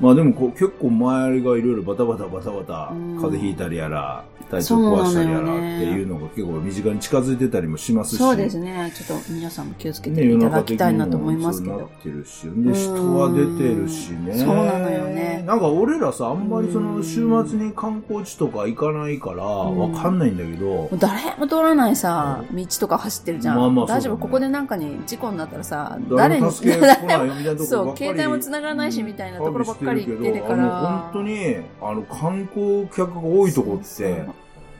[SPEAKER 2] まあでもこう結構周りがいろいろバタバタバタバタ、
[SPEAKER 1] うん
[SPEAKER 2] 風邪ひいたりやら、体調壊したりやら
[SPEAKER 1] そうな
[SPEAKER 2] って
[SPEAKER 1] のよね
[SPEAKER 2] いうのが結構身近に近づいてたりもしますし。
[SPEAKER 1] そうですね。ちょっと皆さんも気をつけて
[SPEAKER 2] ね、世
[SPEAKER 1] い
[SPEAKER 2] の
[SPEAKER 1] た
[SPEAKER 2] 中
[SPEAKER 1] だき
[SPEAKER 2] 的
[SPEAKER 1] たい
[SPEAKER 2] に
[SPEAKER 1] なと思
[SPEAKER 2] も
[SPEAKER 1] います
[SPEAKER 2] そう
[SPEAKER 1] け
[SPEAKER 2] なっ
[SPEAKER 1] ど。
[SPEAKER 2] てるし、で、人は出てるしね。
[SPEAKER 1] そうなのよね
[SPEAKER 2] なんか俺らさ、あんまりそうの
[SPEAKER 1] ん
[SPEAKER 2] 週末に観光地とか行かないから、
[SPEAKER 1] ん
[SPEAKER 2] わかんないんだけど
[SPEAKER 1] も、う誰も通らないさ、道とか走ってるじゃん。
[SPEAKER 2] まあまあそうだ
[SPEAKER 1] 大
[SPEAKER 2] ね
[SPEAKER 1] 丈夫、ここでなんかに事故になったらさ、誰
[SPEAKER 2] 誰
[SPEAKER 1] に
[SPEAKER 2] も、助け来ないよみたいなとこばっかり
[SPEAKER 1] そう携帯も繋がらないしみたいなところばっかり行ってるから
[SPEAKER 2] あの本当に、あの、観光客が多いとこっ
[SPEAKER 1] そう
[SPEAKER 2] て、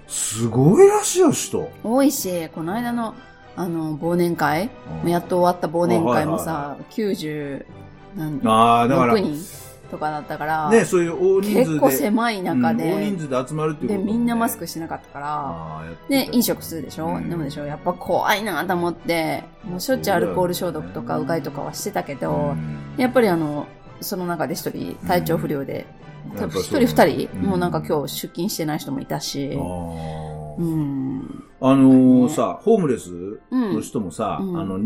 [SPEAKER 2] すごいらしいよ、人。
[SPEAKER 1] 多いし、この間の、あの、忘年会、
[SPEAKER 2] うん
[SPEAKER 1] やっと終わった忘年会もさ、
[SPEAKER 2] は
[SPEAKER 1] 90、何
[SPEAKER 2] ああ、だから、
[SPEAKER 1] 6人とかだったから、
[SPEAKER 2] ね、そういう大人
[SPEAKER 1] 結構
[SPEAKER 2] 数で、
[SPEAKER 1] 狭い中
[SPEAKER 2] うん大
[SPEAKER 1] で、
[SPEAKER 2] 人数で集まるっていうこ
[SPEAKER 1] で、
[SPEAKER 2] ともね
[SPEAKER 1] みんなマスクしてなかったから、
[SPEAKER 2] あーやってた
[SPEAKER 1] で、飲食するでしょ、
[SPEAKER 2] うん
[SPEAKER 1] でもでしょやっぱ怖いなと思って、もうしょっちゅうアルコール消毒とかうがいとかはしてたけど、
[SPEAKER 2] うん
[SPEAKER 1] やっぱりあの、その中で一人体調不良で、
[SPEAKER 2] うん
[SPEAKER 1] 多分一
[SPEAKER 2] や
[SPEAKER 1] 人
[SPEAKER 2] っぱそう
[SPEAKER 1] 二人、
[SPEAKER 2] うん
[SPEAKER 1] もうなんか今日出勤してない人もいたし
[SPEAKER 2] あ、ー
[SPEAKER 1] うん。
[SPEAKER 2] あのー
[SPEAKER 1] ね
[SPEAKER 2] さ、ホームレス
[SPEAKER 1] うん
[SPEAKER 2] の。人もさ、
[SPEAKER 1] うん
[SPEAKER 2] あの、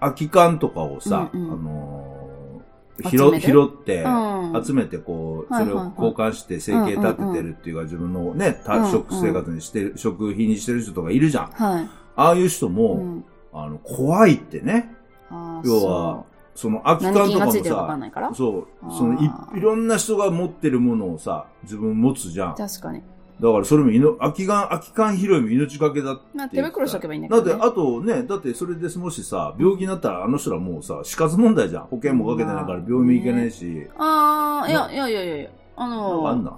[SPEAKER 2] 空き缶とかをさ、
[SPEAKER 1] うんうん
[SPEAKER 2] あのー
[SPEAKER 1] 集め
[SPEAKER 2] 拾
[SPEAKER 1] る
[SPEAKER 2] 拾って、
[SPEAKER 1] うん
[SPEAKER 2] 集めてこう、
[SPEAKER 1] はい
[SPEAKER 2] そ
[SPEAKER 1] はい
[SPEAKER 2] れ
[SPEAKER 1] はい
[SPEAKER 2] を交換して生計立ててるっていうか、自分のね、た
[SPEAKER 1] うんうん
[SPEAKER 2] 食生活にしてる、食費にしてる人とかいるじゃん。
[SPEAKER 1] はい。
[SPEAKER 2] ああいう人も、
[SPEAKER 1] うん。
[SPEAKER 2] あの、怖いってね。
[SPEAKER 1] あー
[SPEAKER 2] 要は、その空き
[SPEAKER 1] そう
[SPEAKER 2] 缶
[SPEAKER 1] 何
[SPEAKER 2] と
[SPEAKER 1] 菌が
[SPEAKER 2] かも
[SPEAKER 1] ついてるかわかん
[SPEAKER 2] さ、
[SPEAKER 1] ないから。
[SPEAKER 2] そう
[SPEAKER 1] あ、ー
[SPEAKER 2] そのい、いろんな人が持ってるものをさ、自分持つじゃん。だ
[SPEAKER 1] 確かに。
[SPEAKER 2] からそれもいの、空き缶、空き缶拾いも命がけだって
[SPEAKER 1] まあ、手
[SPEAKER 2] 言ってた
[SPEAKER 1] 袋しとけばいいんだけ
[SPEAKER 2] だ
[SPEAKER 1] ど、
[SPEAKER 2] って
[SPEAKER 1] ね。、
[SPEAKER 2] あとね、だってそれでもしさ、病気になったらあの人らもうさ、死活問題じゃん。保険もかけてないから
[SPEAKER 1] まあ
[SPEAKER 2] 病院も行けないし。
[SPEAKER 1] ああ、いや、
[SPEAKER 2] ない
[SPEAKER 1] やいやいやいや、あ
[SPEAKER 2] なんかあん
[SPEAKER 1] の、
[SPEAKER 2] な。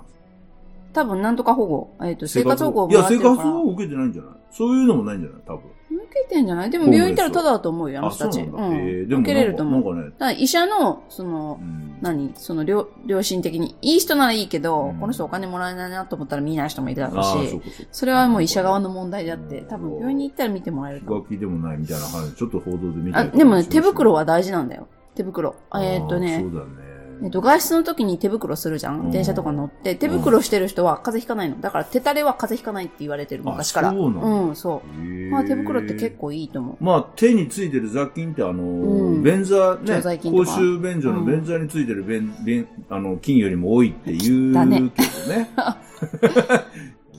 [SPEAKER 1] 多分なんとか保護、えっ、と、生活保護を
[SPEAKER 2] い
[SPEAKER 1] もら
[SPEAKER 2] や、
[SPEAKER 1] ってる
[SPEAKER 2] 生
[SPEAKER 1] から。
[SPEAKER 2] 活保護受けてないんじゃないそういうのもないんじゃない多分。
[SPEAKER 1] 受けてんじゃないでも病院行ったらただだと思うよ、あの
[SPEAKER 2] あ、
[SPEAKER 1] 人
[SPEAKER 2] そう
[SPEAKER 1] たち。
[SPEAKER 2] なんだ。えーでも
[SPEAKER 1] 受けれると思
[SPEAKER 2] な
[SPEAKER 1] う。
[SPEAKER 2] ん
[SPEAKER 1] だか
[SPEAKER 2] かなんか
[SPEAKER 1] ら
[SPEAKER 2] ね、
[SPEAKER 1] 医者の、その
[SPEAKER 2] う、ん
[SPEAKER 1] 何その良、良心的に、いい人ならいいけど、
[SPEAKER 2] うん
[SPEAKER 1] この人お金もらえないなと思ったら見ない人もいるだろう
[SPEAKER 2] ああ、そ
[SPEAKER 1] し
[SPEAKER 2] う、かそうか。
[SPEAKER 1] それはもう医者側の問題であって、
[SPEAKER 2] うん
[SPEAKER 1] 多分病院に行ったら見てもらえると思う
[SPEAKER 2] 浮気でもないみたいな話、ちょっと報道で見た
[SPEAKER 1] あ、
[SPEAKER 2] りとか
[SPEAKER 1] でもね、
[SPEAKER 2] しま
[SPEAKER 1] 手
[SPEAKER 2] した
[SPEAKER 1] 袋は大事なんだよ。手袋。
[SPEAKER 2] あー
[SPEAKER 1] えーっとね
[SPEAKER 2] そ、うだ
[SPEAKER 1] え
[SPEAKER 2] ね。
[SPEAKER 1] っと、外出の時に手袋するじゃ
[SPEAKER 2] うんん
[SPEAKER 1] 電車とか乗って、手袋してる人は風邪ひかないの。だから手垂れは風邪ひかないって言われてる、
[SPEAKER 2] あ
[SPEAKER 1] 昔から。
[SPEAKER 2] そうなんだ
[SPEAKER 1] うん、そ
[SPEAKER 2] へ
[SPEAKER 1] う。
[SPEAKER 2] ー
[SPEAKER 1] まあ手袋って結構いいと思う。
[SPEAKER 2] まあ、手についてる雑菌って、あの、
[SPEAKER 1] うん
[SPEAKER 2] 便座、
[SPEAKER 1] 常
[SPEAKER 2] ね、
[SPEAKER 1] 在菌と
[SPEAKER 2] 公
[SPEAKER 1] か
[SPEAKER 2] 衆便所の便座についてる便、便あの、菌よりも多いって言うけ
[SPEAKER 1] だ
[SPEAKER 2] ど
[SPEAKER 1] ね
[SPEAKER 2] ね。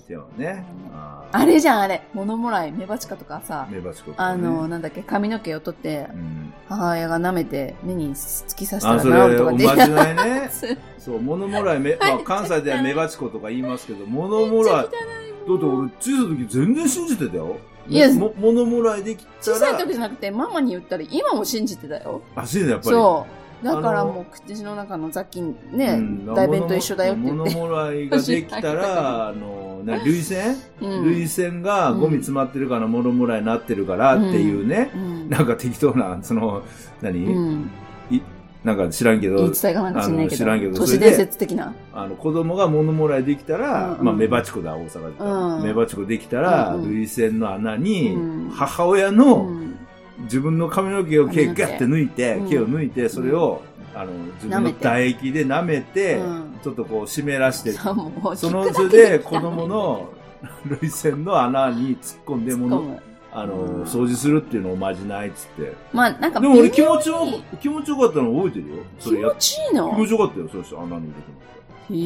[SPEAKER 2] ではね。あー
[SPEAKER 1] あれじゃん、あれ。物もらい、メバチカとかさ、
[SPEAKER 2] メバチコとか
[SPEAKER 1] あ
[SPEAKER 2] ね
[SPEAKER 1] の、、なんだっけ、髪の毛を取って
[SPEAKER 2] う、ん
[SPEAKER 1] 母親が舐めて、目に突き刺した
[SPEAKER 2] あ、
[SPEAKER 1] ら
[SPEAKER 2] そ
[SPEAKER 1] 治
[SPEAKER 2] れ、
[SPEAKER 1] るとか
[SPEAKER 2] お
[SPEAKER 1] でき
[SPEAKER 2] ま
[SPEAKER 1] た。
[SPEAKER 2] じない ね
[SPEAKER 1] す
[SPEAKER 2] そう、物もらい、めまあ、関西ではメバチコとか言いますけど、物もらい、だって俺、小さい時全然信じてたよ。
[SPEAKER 1] いや
[SPEAKER 2] も物もらいできた
[SPEAKER 1] 小
[SPEAKER 2] ら、
[SPEAKER 1] さい時じゃなくて、ママに言ったら今も信じてたよ。
[SPEAKER 2] あ、信じてたやっぱり。
[SPEAKER 1] そう。だから
[SPEAKER 2] あの
[SPEAKER 1] もう口の中の雑菌ね、
[SPEAKER 2] うん
[SPEAKER 1] 大便と一緒だよって言っ
[SPEAKER 2] 物
[SPEAKER 1] て。
[SPEAKER 2] もらいができた ら、あの、な涙腺
[SPEAKER 1] うん
[SPEAKER 2] 涙腺がゴミ詰まってるから物もらいになってるからっていうね
[SPEAKER 1] う、ん。
[SPEAKER 2] なんか適当な、その、何、
[SPEAKER 1] うん。
[SPEAKER 2] いなんか知らんけ
[SPEAKER 1] 言い
[SPEAKER 2] ど、
[SPEAKER 1] 伝えがなんか知んないけ
[SPEAKER 2] あの知らんけ
[SPEAKER 1] ど。
[SPEAKER 2] ど
[SPEAKER 1] 都
[SPEAKER 2] そ
[SPEAKER 1] 市
[SPEAKER 2] れで
[SPEAKER 1] 伝説的な。
[SPEAKER 2] あの、子供が物もらいできたら、
[SPEAKER 1] うんうん
[SPEAKER 2] まあ、メバチコだ、大阪で言ったら、
[SPEAKER 1] うん
[SPEAKER 2] メバチコできたら、
[SPEAKER 1] うんうん
[SPEAKER 2] 涙腺の穴に
[SPEAKER 1] うん、
[SPEAKER 2] 母親
[SPEAKER 1] う
[SPEAKER 2] の
[SPEAKER 1] ん。
[SPEAKER 2] 自分の髪の毛を毛
[SPEAKER 1] 髪の毛
[SPEAKER 2] ガッて抜いて、
[SPEAKER 1] うん
[SPEAKER 2] 毛を抜いて、それを、あの、自
[SPEAKER 1] 舐
[SPEAKER 2] 分
[SPEAKER 1] め
[SPEAKER 2] の
[SPEAKER 1] て
[SPEAKER 2] 唾液で舐めて、
[SPEAKER 1] うん
[SPEAKER 2] ちょっとこう湿らして
[SPEAKER 1] さあもう、
[SPEAKER 2] そ
[SPEAKER 1] 聞
[SPEAKER 2] の、
[SPEAKER 1] く
[SPEAKER 2] そ
[SPEAKER 1] だ
[SPEAKER 2] れ
[SPEAKER 1] け
[SPEAKER 2] で子供の涙腺の穴に突っ込んで
[SPEAKER 1] 突っ
[SPEAKER 2] も
[SPEAKER 1] 込
[SPEAKER 2] の、
[SPEAKER 1] む。
[SPEAKER 2] あ
[SPEAKER 1] うん
[SPEAKER 2] の、掃除するっていうのをおまじないっつって。
[SPEAKER 1] まあ、なんか
[SPEAKER 2] でも俺
[SPEAKER 1] 微
[SPEAKER 2] 気
[SPEAKER 1] 妙
[SPEAKER 2] 持ちよ、気持ちよかったの覚えてるよ。そ
[SPEAKER 1] 気
[SPEAKER 2] れや
[SPEAKER 1] 持
[SPEAKER 2] っ
[SPEAKER 1] ちいい
[SPEAKER 2] 気持
[SPEAKER 1] の
[SPEAKER 2] ちよかったよ、そうして穴に入れても。
[SPEAKER 1] へえ
[SPEAKER 2] なり。ますよだ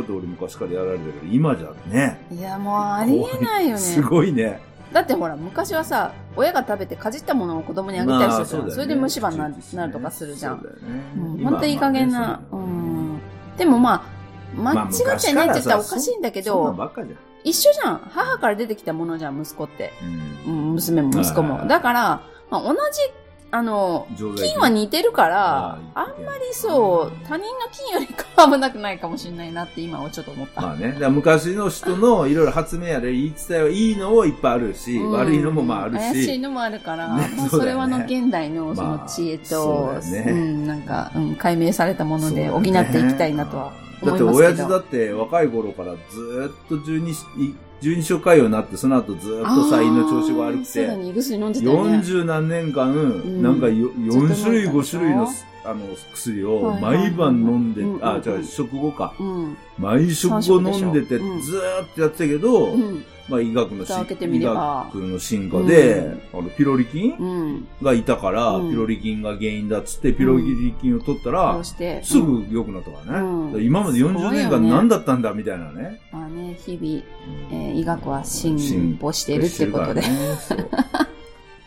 [SPEAKER 2] って俺昔からやられてるけど、今じゃね。
[SPEAKER 1] いや、もうありえないよね。
[SPEAKER 2] すごいね。
[SPEAKER 1] だってほら、昔はさ、親が食べてかじったものを子供にあげたりするじゃん。
[SPEAKER 2] まあうだよね
[SPEAKER 1] それで虫歯にな
[SPEAKER 2] 口移しね
[SPEAKER 1] なるとかするじゃん。
[SPEAKER 2] そうだよね
[SPEAKER 1] うん
[SPEAKER 2] 今
[SPEAKER 1] 本当いい加減
[SPEAKER 2] ま
[SPEAKER 1] な。
[SPEAKER 2] あ
[SPEAKER 1] う
[SPEAKER 2] ね
[SPEAKER 1] ん。でもまあ、間
[SPEAKER 2] まあ
[SPEAKER 1] 違っちゃいないって言ったらお
[SPEAKER 2] 昔からさ
[SPEAKER 1] かしいんだけ
[SPEAKER 2] そんなん
[SPEAKER 1] ど、
[SPEAKER 2] ばっかじゃ
[SPEAKER 1] 一緒じゃん。母から出てきたものじゃん、息子って。
[SPEAKER 2] ん。
[SPEAKER 1] うん、娘も息子
[SPEAKER 2] は
[SPEAKER 1] も。
[SPEAKER 2] い
[SPEAKER 1] だから、まあ、同じ、あの、
[SPEAKER 2] うん。
[SPEAKER 1] 金は似てるから、あんま
[SPEAKER 2] んま
[SPEAKER 1] りそう、他人の金よりかは危なくないかもしれないなって今はちょっと思った。
[SPEAKER 2] まあね、だから昔の人のいろいろ発明やで言い伝えはいいのもいっぱいあるし、
[SPEAKER 1] うん
[SPEAKER 2] 悪いのもまああ
[SPEAKER 1] 怪
[SPEAKER 2] る
[SPEAKER 1] しい
[SPEAKER 2] し、
[SPEAKER 1] のもあるから、
[SPEAKER 2] ね
[SPEAKER 1] まあ、
[SPEAKER 2] そう
[SPEAKER 1] そ
[SPEAKER 2] だ
[SPEAKER 1] れ
[SPEAKER 2] よ
[SPEAKER 1] は
[SPEAKER 2] ね
[SPEAKER 1] の現代のその知恵と、
[SPEAKER 2] まあそうだよね
[SPEAKER 1] ん、なんか、うん、解明されたもので補っていきたいなとは思
[SPEAKER 2] だ
[SPEAKER 1] い
[SPEAKER 2] って
[SPEAKER 1] ますけ
[SPEAKER 2] 親
[SPEAKER 1] ど。
[SPEAKER 2] 父だって若い頃からずーっと十二十二章回をなって、その後ずーっと
[SPEAKER 1] あ
[SPEAKER 2] さ、
[SPEAKER 1] ー
[SPEAKER 2] 胃の調子が悪く
[SPEAKER 1] そうだ
[SPEAKER 2] て、
[SPEAKER 1] ね、胃薬飲んでたよね。
[SPEAKER 2] 40何年間、
[SPEAKER 1] ん
[SPEAKER 2] なんかよ4種類
[SPEAKER 1] ずっと飲んでたで
[SPEAKER 2] 5
[SPEAKER 1] しょ
[SPEAKER 2] 種類のあの薬を
[SPEAKER 1] はいはいはい
[SPEAKER 2] 毎晩飲んで
[SPEAKER 1] うんうんう、ん
[SPEAKER 2] あ、じゃあ食後か。
[SPEAKER 1] うん。
[SPEAKER 2] 毎食後飲んで
[SPEAKER 1] 三
[SPEAKER 2] て、
[SPEAKER 1] 食でし
[SPEAKER 2] ず
[SPEAKER 1] ょうん
[SPEAKER 2] ーっとやってたけど、
[SPEAKER 1] うん。
[SPEAKER 2] まあ医学のし
[SPEAKER 1] 蓋を開けてみ
[SPEAKER 2] 医
[SPEAKER 1] れば
[SPEAKER 2] 学の進化で、あのピロリ菌、
[SPEAKER 1] うん。
[SPEAKER 2] がいたから、
[SPEAKER 1] うん
[SPEAKER 2] ピロリ菌が原因だっつって、ピロリ菌を取ったら、
[SPEAKER 1] そうして。
[SPEAKER 2] す
[SPEAKER 1] うん
[SPEAKER 2] ぐ良くなったからね。
[SPEAKER 1] うん
[SPEAKER 2] だから今まで40年
[SPEAKER 1] す
[SPEAKER 2] 間
[SPEAKER 1] ごいよね
[SPEAKER 2] 何だったんだみたいなね。
[SPEAKER 1] まあね、日々、
[SPEAKER 2] うん
[SPEAKER 1] えー医学は進歩してるってことで。
[SPEAKER 2] 進歩してるからね そう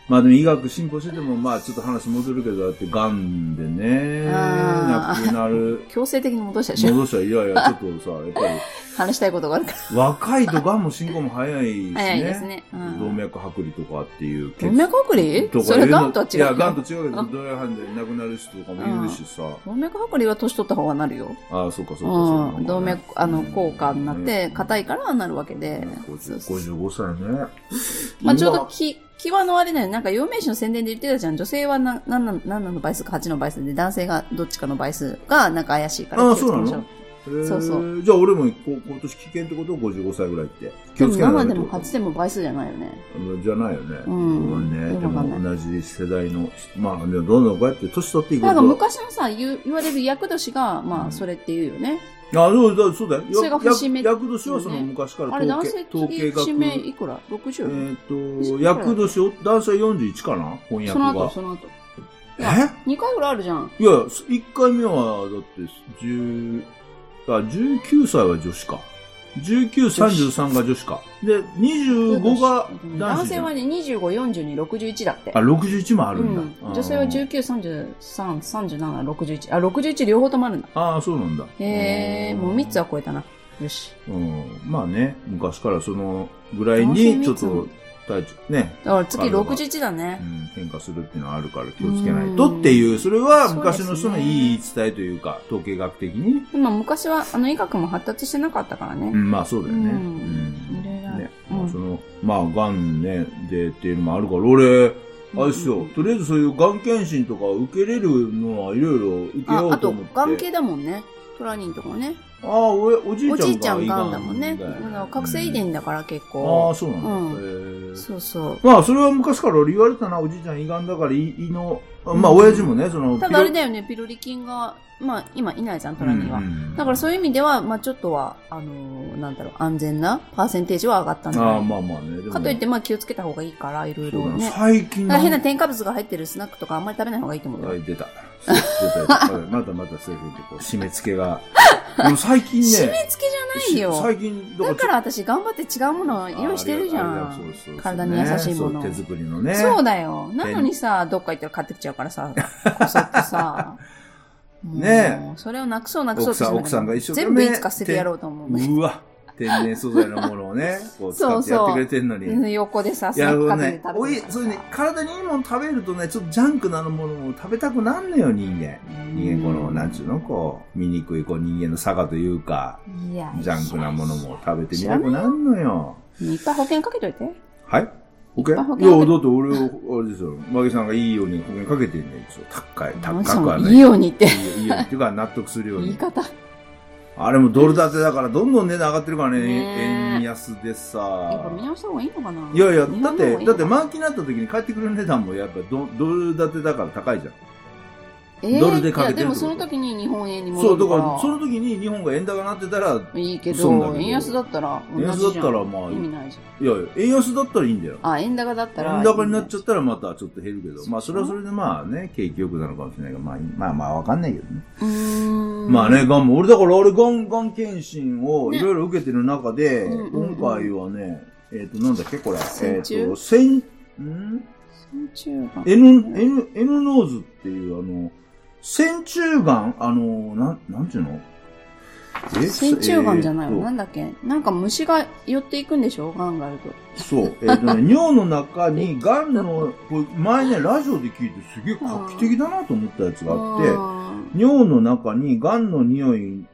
[SPEAKER 2] まあでも医学進歩してても、まあちょっと話戻るけど、だって癌でね、
[SPEAKER 1] あ
[SPEAKER 2] 亡
[SPEAKER 1] ー
[SPEAKER 2] くなる。
[SPEAKER 1] 強制的に戻したでしょ
[SPEAKER 2] 戻したら、いやいや、ちょっとさ、やっぱ
[SPEAKER 1] 話したいことがあるから。
[SPEAKER 2] り、若いと癌も進行も早いしね。
[SPEAKER 1] 早いですね。う
[SPEAKER 2] 動
[SPEAKER 1] ん。
[SPEAKER 2] 脈剥離とかっていう血
[SPEAKER 1] 動脈剥
[SPEAKER 2] と
[SPEAKER 1] 離
[SPEAKER 2] か
[SPEAKER 1] それ
[SPEAKER 2] いうの
[SPEAKER 1] ガンとは違う
[SPEAKER 2] い
[SPEAKER 1] よ。
[SPEAKER 2] や、ガンと違うけど、動脈反で亡くなる人とかもいるしさ。
[SPEAKER 1] 動脈剥離は年取った方がなるよ。
[SPEAKER 2] ああ、そうか、そうかそうか。
[SPEAKER 1] うん。動脈、あの、硬化になって、硬いからなるわけで。そうそう
[SPEAKER 2] 55歳ね。
[SPEAKER 1] まあ、ちょうど
[SPEAKER 2] 今、
[SPEAKER 1] き、際のあれだよね。なんか、陽明酒の宣伝で言ってたじゃん。女性はな、なんなん、なんなの倍数か8の倍数で、男性がどっちかの倍イスがなんか怪しいから
[SPEAKER 2] あ
[SPEAKER 1] 気をつけましょ
[SPEAKER 2] そうな
[SPEAKER 1] う
[SPEAKER 2] の。えー
[SPEAKER 1] そうそ
[SPEAKER 2] じゃあ俺もこ今年危険ってこと ?55 歳ぐらいって。気
[SPEAKER 1] で
[SPEAKER 2] を
[SPEAKER 1] も
[SPEAKER 2] つけない
[SPEAKER 1] 生
[SPEAKER 2] と。
[SPEAKER 1] でも勝ちでも倍数じゃないよね。
[SPEAKER 2] じゃないよね。
[SPEAKER 1] うん
[SPEAKER 2] そうだね。で
[SPEAKER 1] わかんない
[SPEAKER 2] も同じ世代の、まあでもどんどんこうやって年取っていく
[SPEAKER 1] だ
[SPEAKER 2] と。
[SPEAKER 1] から
[SPEAKER 2] あ、
[SPEAKER 1] 昔のさ、言う言われる厄年が、まあ、それって言うよね。
[SPEAKER 2] そうだ、そうだよ。
[SPEAKER 1] それが節目
[SPEAKER 2] や役年はその昔から
[SPEAKER 1] あれ、男
[SPEAKER 2] 統
[SPEAKER 1] 性
[SPEAKER 2] 計、
[SPEAKER 1] 的
[SPEAKER 2] 統計学。
[SPEAKER 1] 節目いくら ?60?
[SPEAKER 2] えっ、
[SPEAKER 1] 節
[SPEAKER 2] ー、と、
[SPEAKER 1] 目
[SPEAKER 2] 役年を、男性は41かな翻
[SPEAKER 1] その
[SPEAKER 2] 訳
[SPEAKER 1] 後、
[SPEAKER 2] が。
[SPEAKER 1] その後。
[SPEAKER 2] え
[SPEAKER 1] 2回ぐらいあるじゃん。
[SPEAKER 2] いや、1回目は、だって、10、あ、19歳は女子か。19、33が女子か。で、25が
[SPEAKER 1] うん
[SPEAKER 2] 男
[SPEAKER 1] 男
[SPEAKER 2] 子じ
[SPEAKER 1] 性
[SPEAKER 2] ゃん。
[SPEAKER 1] はね、25、42、61だって。
[SPEAKER 2] あ、61もあ
[SPEAKER 1] う
[SPEAKER 2] るんだ。
[SPEAKER 1] ん。女性は
[SPEAKER 2] あー
[SPEAKER 1] 19、33、37、61。あ、61両方ともあるんだ。
[SPEAKER 2] ああ、そうなんだ。
[SPEAKER 1] へえ、
[SPEAKER 2] ん
[SPEAKER 1] もう3つは超えたな。よし。
[SPEAKER 2] うん。まあね、昔からそのぐらいに、ちょっ
[SPEAKER 1] 男
[SPEAKER 2] と体調、ね、
[SPEAKER 1] だから次
[SPEAKER 2] あれは
[SPEAKER 1] 61だね
[SPEAKER 2] う。ん、変化するっていうのはあるから気をつけないとっていう、それは昔の人のいい伝えというか、統計学的に。
[SPEAKER 1] でも昔は、あの、医学も発達してなかったから
[SPEAKER 2] う
[SPEAKER 1] ね。
[SPEAKER 2] ん、まあそうだよね。
[SPEAKER 1] う
[SPEAKER 2] うんん。
[SPEAKER 1] いろいろある
[SPEAKER 2] ね。
[SPEAKER 1] うん
[SPEAKER 2] まあその、まあ、がんね、でっていうのもあるから、俺、あれです
[SPEAKER 1] うん
[SPEAKER 2] よ
[SPEAKER 1] うん、
[SPEAKER 2] とりあえずそういうがん検診とか受けれるのはいろいろ受け
[SPEAKER 1] あ
[SPEAKER 2] よ、
[SPEAKER 1] あ
[SPEAKER 2] うと
[SPEAKER 1] と
[SPEAKER 2] 思っ、て。
[SPEAKER 1] がん系だもんね。トラニンとかもね。
[SPEAKER 2] ああ、俺、おじ
[SPEAKER 1] おじい
[SPEAKER 2] い
[SPEAKER 1] ち
[SPEAKER 2] ち
[SPEAKER 1] ゃ
[SPEAKER 2] ゃん
[SPEAKER 1] ん
[SPEAKER 2] が
[SPEAKER 1] がんだもんね。
[SPEAKER 2] 胃
[SPEAKER 1] だ
[SPEAKER 2] が
[SPEAKER 1] から覚醒遺伝だから結
[SPEAKER 2] ああ、
[SPEAKER 1] 構。
[SPEAKER 2] そうなんだ。
[SPEAKER 1] うん
[SPEAKER 2] へー
[SPEAKER 1] そうそう。
[SPEAKER 2] まあ、それは昔から俺言われたな、おじいちゃん胃がんだから、胃胃の、あまあ、親父もね、その、
[SPEAKER 1] ただあれ
[SPEAKER 2] で、
[SPEAKER 1] だよね、ピロリ菌が、まあ今いないじゃん、ト
[SPEAKER 2] う
[SPEAKER 1] ラ
[SPEAKER 2] ん
[SPEAKER 1] ニンは。
[SPEAKER 2] うん
[SPEAKER 1] だからそういう意味では、まあちょっとは、あのーなんだろう、安全なパーセンテージは上がったんだ、
[SPEAKER 2] ああ、まあまあね。でも
[SPEAKER 1] かといって、まあ気をつけた方がいいから、いろい
[SPEAKER 2] そう
[SPEAKER 1] ろ
[SPEAKER 2] だな
[SPEAKER 1] ね。
[SPEAKER 2] 最近
[SPEAKER 1] だか
[SPEAKER 2] の
[SPEAKER 1] ら変な添加物が入ってるスナックとかあんまり食べない方がいいと思うよ。
[SPEAKER 2] はい、出た。出た 出たまたまたそういうふうにこう、締め付けが。でも最近
[SPEAKER 1] 締め
[SPEAKER 2] ね。
[SPEAKER 1] 付けじゃない
[SPEAKER 2] し
[SPEAKER 1] よ。
[SPEAKER 2] 最近、
[SPEAKER 1] だから
[SPEAKER 2] ら
[SPEAKER 1] 私頑張って違うものを
[SPEAKER 2] ちょっと、
[SPEAKER 1] 用意してるじゃ
[SPEAKER 2] あありがとうあり
[SPEAKER 1] ん
[SPEAKER 2] が。とうそうそうそう
[SPEAKER 1] 体に優しいもの
[SPEAKER 2] ねそう手作りのね。
[SPEAKER 1] そうだよ。なのにさ、どっか行ったら買ってきちゃうからさ、こそっとさ。
[SPEAKER 2] ねえ
[SPEAKER 1] もうそれをなくそうなくそうとして
[SPEAKER 2] 奥さん奥さんが一生懸
[SPEAKER 1] 全
[SPEAKER 2] 命
[SPEAKER 1] 部いつか捨ててやろうと思うね。
[SPEAKER 2] うわ、天然素材のものをね、こう、使ってやってくれてるのに。
[SPEAKER 1] 横でさ、
[SPEAKER 2] い
[SPEAKER 1] スナ
[SPEAKER 2] や、
[SPEAKER 1] ック
[SPEAKER 2] もう
[SPEAKER 1] カフェ
[SPEAKER 2] ね
[SPEAKER 1] で、食
[SPEAKER 2] お
[SPEAKER 1] べて
[SPEAKER 2] い
[SPEAKER 1] る、から
[SPEAKER 2] そ
[SPEAKER 1] さ
[SPEAKER 2] れね、体にいいもの食べるとね、ちょっとジャンクなものも食べたくなんのよ、人間。人間、この、なんちゅうの、こう、醜い、こう、人間の差がというか、
[SPEAKER 1] いや
[SPEAKER 2] ジャンクなものも食べてみたくなんのよ。
[SPEAKER 1] いっぱい保険かけといて。
[SPEAKER 2] はい保険い
[SPEAKER 1] あ
[SPEAKER 2] や、
[SPEAKER 1] 保
[SPEAKER 2] だ
[SPEAKER 1] 険
[SPEAKER 2] って俺を、あれですよ、マギさんがいいように保険かけてんねんですよ。高い、
[SPEAKER 1] マ
[SPEAKER 2] 高
[SPEAKER 1] ンシ
[SPEAKER 2] くは
[SPEAKER 1] ョ
[SPEAKER 2] な
[SPEAKER 1] ンい
[SPEAKER 2] い。
[SPEAKER 1] い
[SPEAKER 2] いいよ、
[SPEAKER 1] ようにって。
[SPEAKER 2] いいよ。っていうか、納得するよう
[SPEAKER 1] 言い
[SPEAKER 2] に。
[SPEAKER 1] 方。
[SPEAKER 2] あれもドル建てだから、どんどん値段上がってるから
[SPEAKER 1] ね
[SPEAKER 2] ね、
[SPEAKER 1] え
[SPEAKER 2] 円安
[SPEAKER 1] やっ
[SPEAKER 2] で
[SPEAKER 1] ぱ
[SPEAKER 2] さ。
[SPEAKER 1] 見直した方がいいのかない
[SPEAKER 2] いやいや、
[SPEAKER 1] 見直
[SPEAKER 2] だっ
[SPEAKER 1] した方が
[SPEAKER 2] て、
[SPEAKER 1] いいの
[SPEAKER 2] だっ
[SPEAKER 1] か
[SPEAKER 2] て
[SPEAKER 1] な
[SPEAKER 2] 満期になった時に帰ってくる値段もやっぱドドル建てだから高いじゃん。
[SPEAKER 1] えー
[SPEAKER 2] ドルでかけてるってこと
[SPEAKER 1] いやでもその時に日本円に
[SPEAKER 2] そ
[SPEAKER 1] 戻
[SPEAKER 2] う、だ
[SPEAKER 1] るか。
[SPEAKER 2] からら、その時に日本が円高になってたら、
[SPEAKER 1] いいけ
[SPEAKER 2] そうなんだ
[SPEAKER 1] ど、
[SPEAKER 2] けど
[SPEAKER 1] 円安だったら同じ
[SPEAKER 2] 円
[SPEAKER 1] じゃん、
[SPEAKER 2] 安だったらまあ
[SPEAKER 1] 意味ないじゃ
[SPEAKER 2] いやいや、円安だったらいいんだよ。
[SPEAKER 1] ん。あ、円高だったら。
[SPEAKER 2] 円高になっちゃった
[SPEAKER 1] ら。
[SPEAKER 2] らまたちょっと減るけど、まあそれはそれでまあね、景気良くなるかもしれないけど、まあまあまあわかんないけどね。
[SPEAKER 1] うーん。
[SPEAKER 2] まあ。ね、がんも、俺だから俺がん、がん検診を
[SPEAKER 1] ね
[SPEAKER 2] いろいろ受けてる中で、
[SPEAKER 1] うんうんうん
[SPEAKER 2] 今回はね、えっ、と、なんだっけ、これ。
[SPEAKER 1] 線虫
[SPEAKER 2] えっ、と、線、ん
[SPEAKER 1] 中が
[SPEAKER 2] ?N、N、N ノーズっていうあの、線虫がんあの、なん、なんていうのえ
[SPEAKER 1] 線虫がんじゃない
[SPEAKER 2] え
[SPEAKER 1] の、
[SPEAKER 2] ーと
[SPEAKER 1] なんだっけなんか虫が寄っていくんでしょがんがあると。
[SPEAKER 2] そう。えっ、とね、尿の中にがんの、これ前ね、ラジオで聞いてすげえ画期的だなと思ったやつがあって、
[SPEAKER 1] あ
[SPEAKER 2] 尿の中にがんの匂い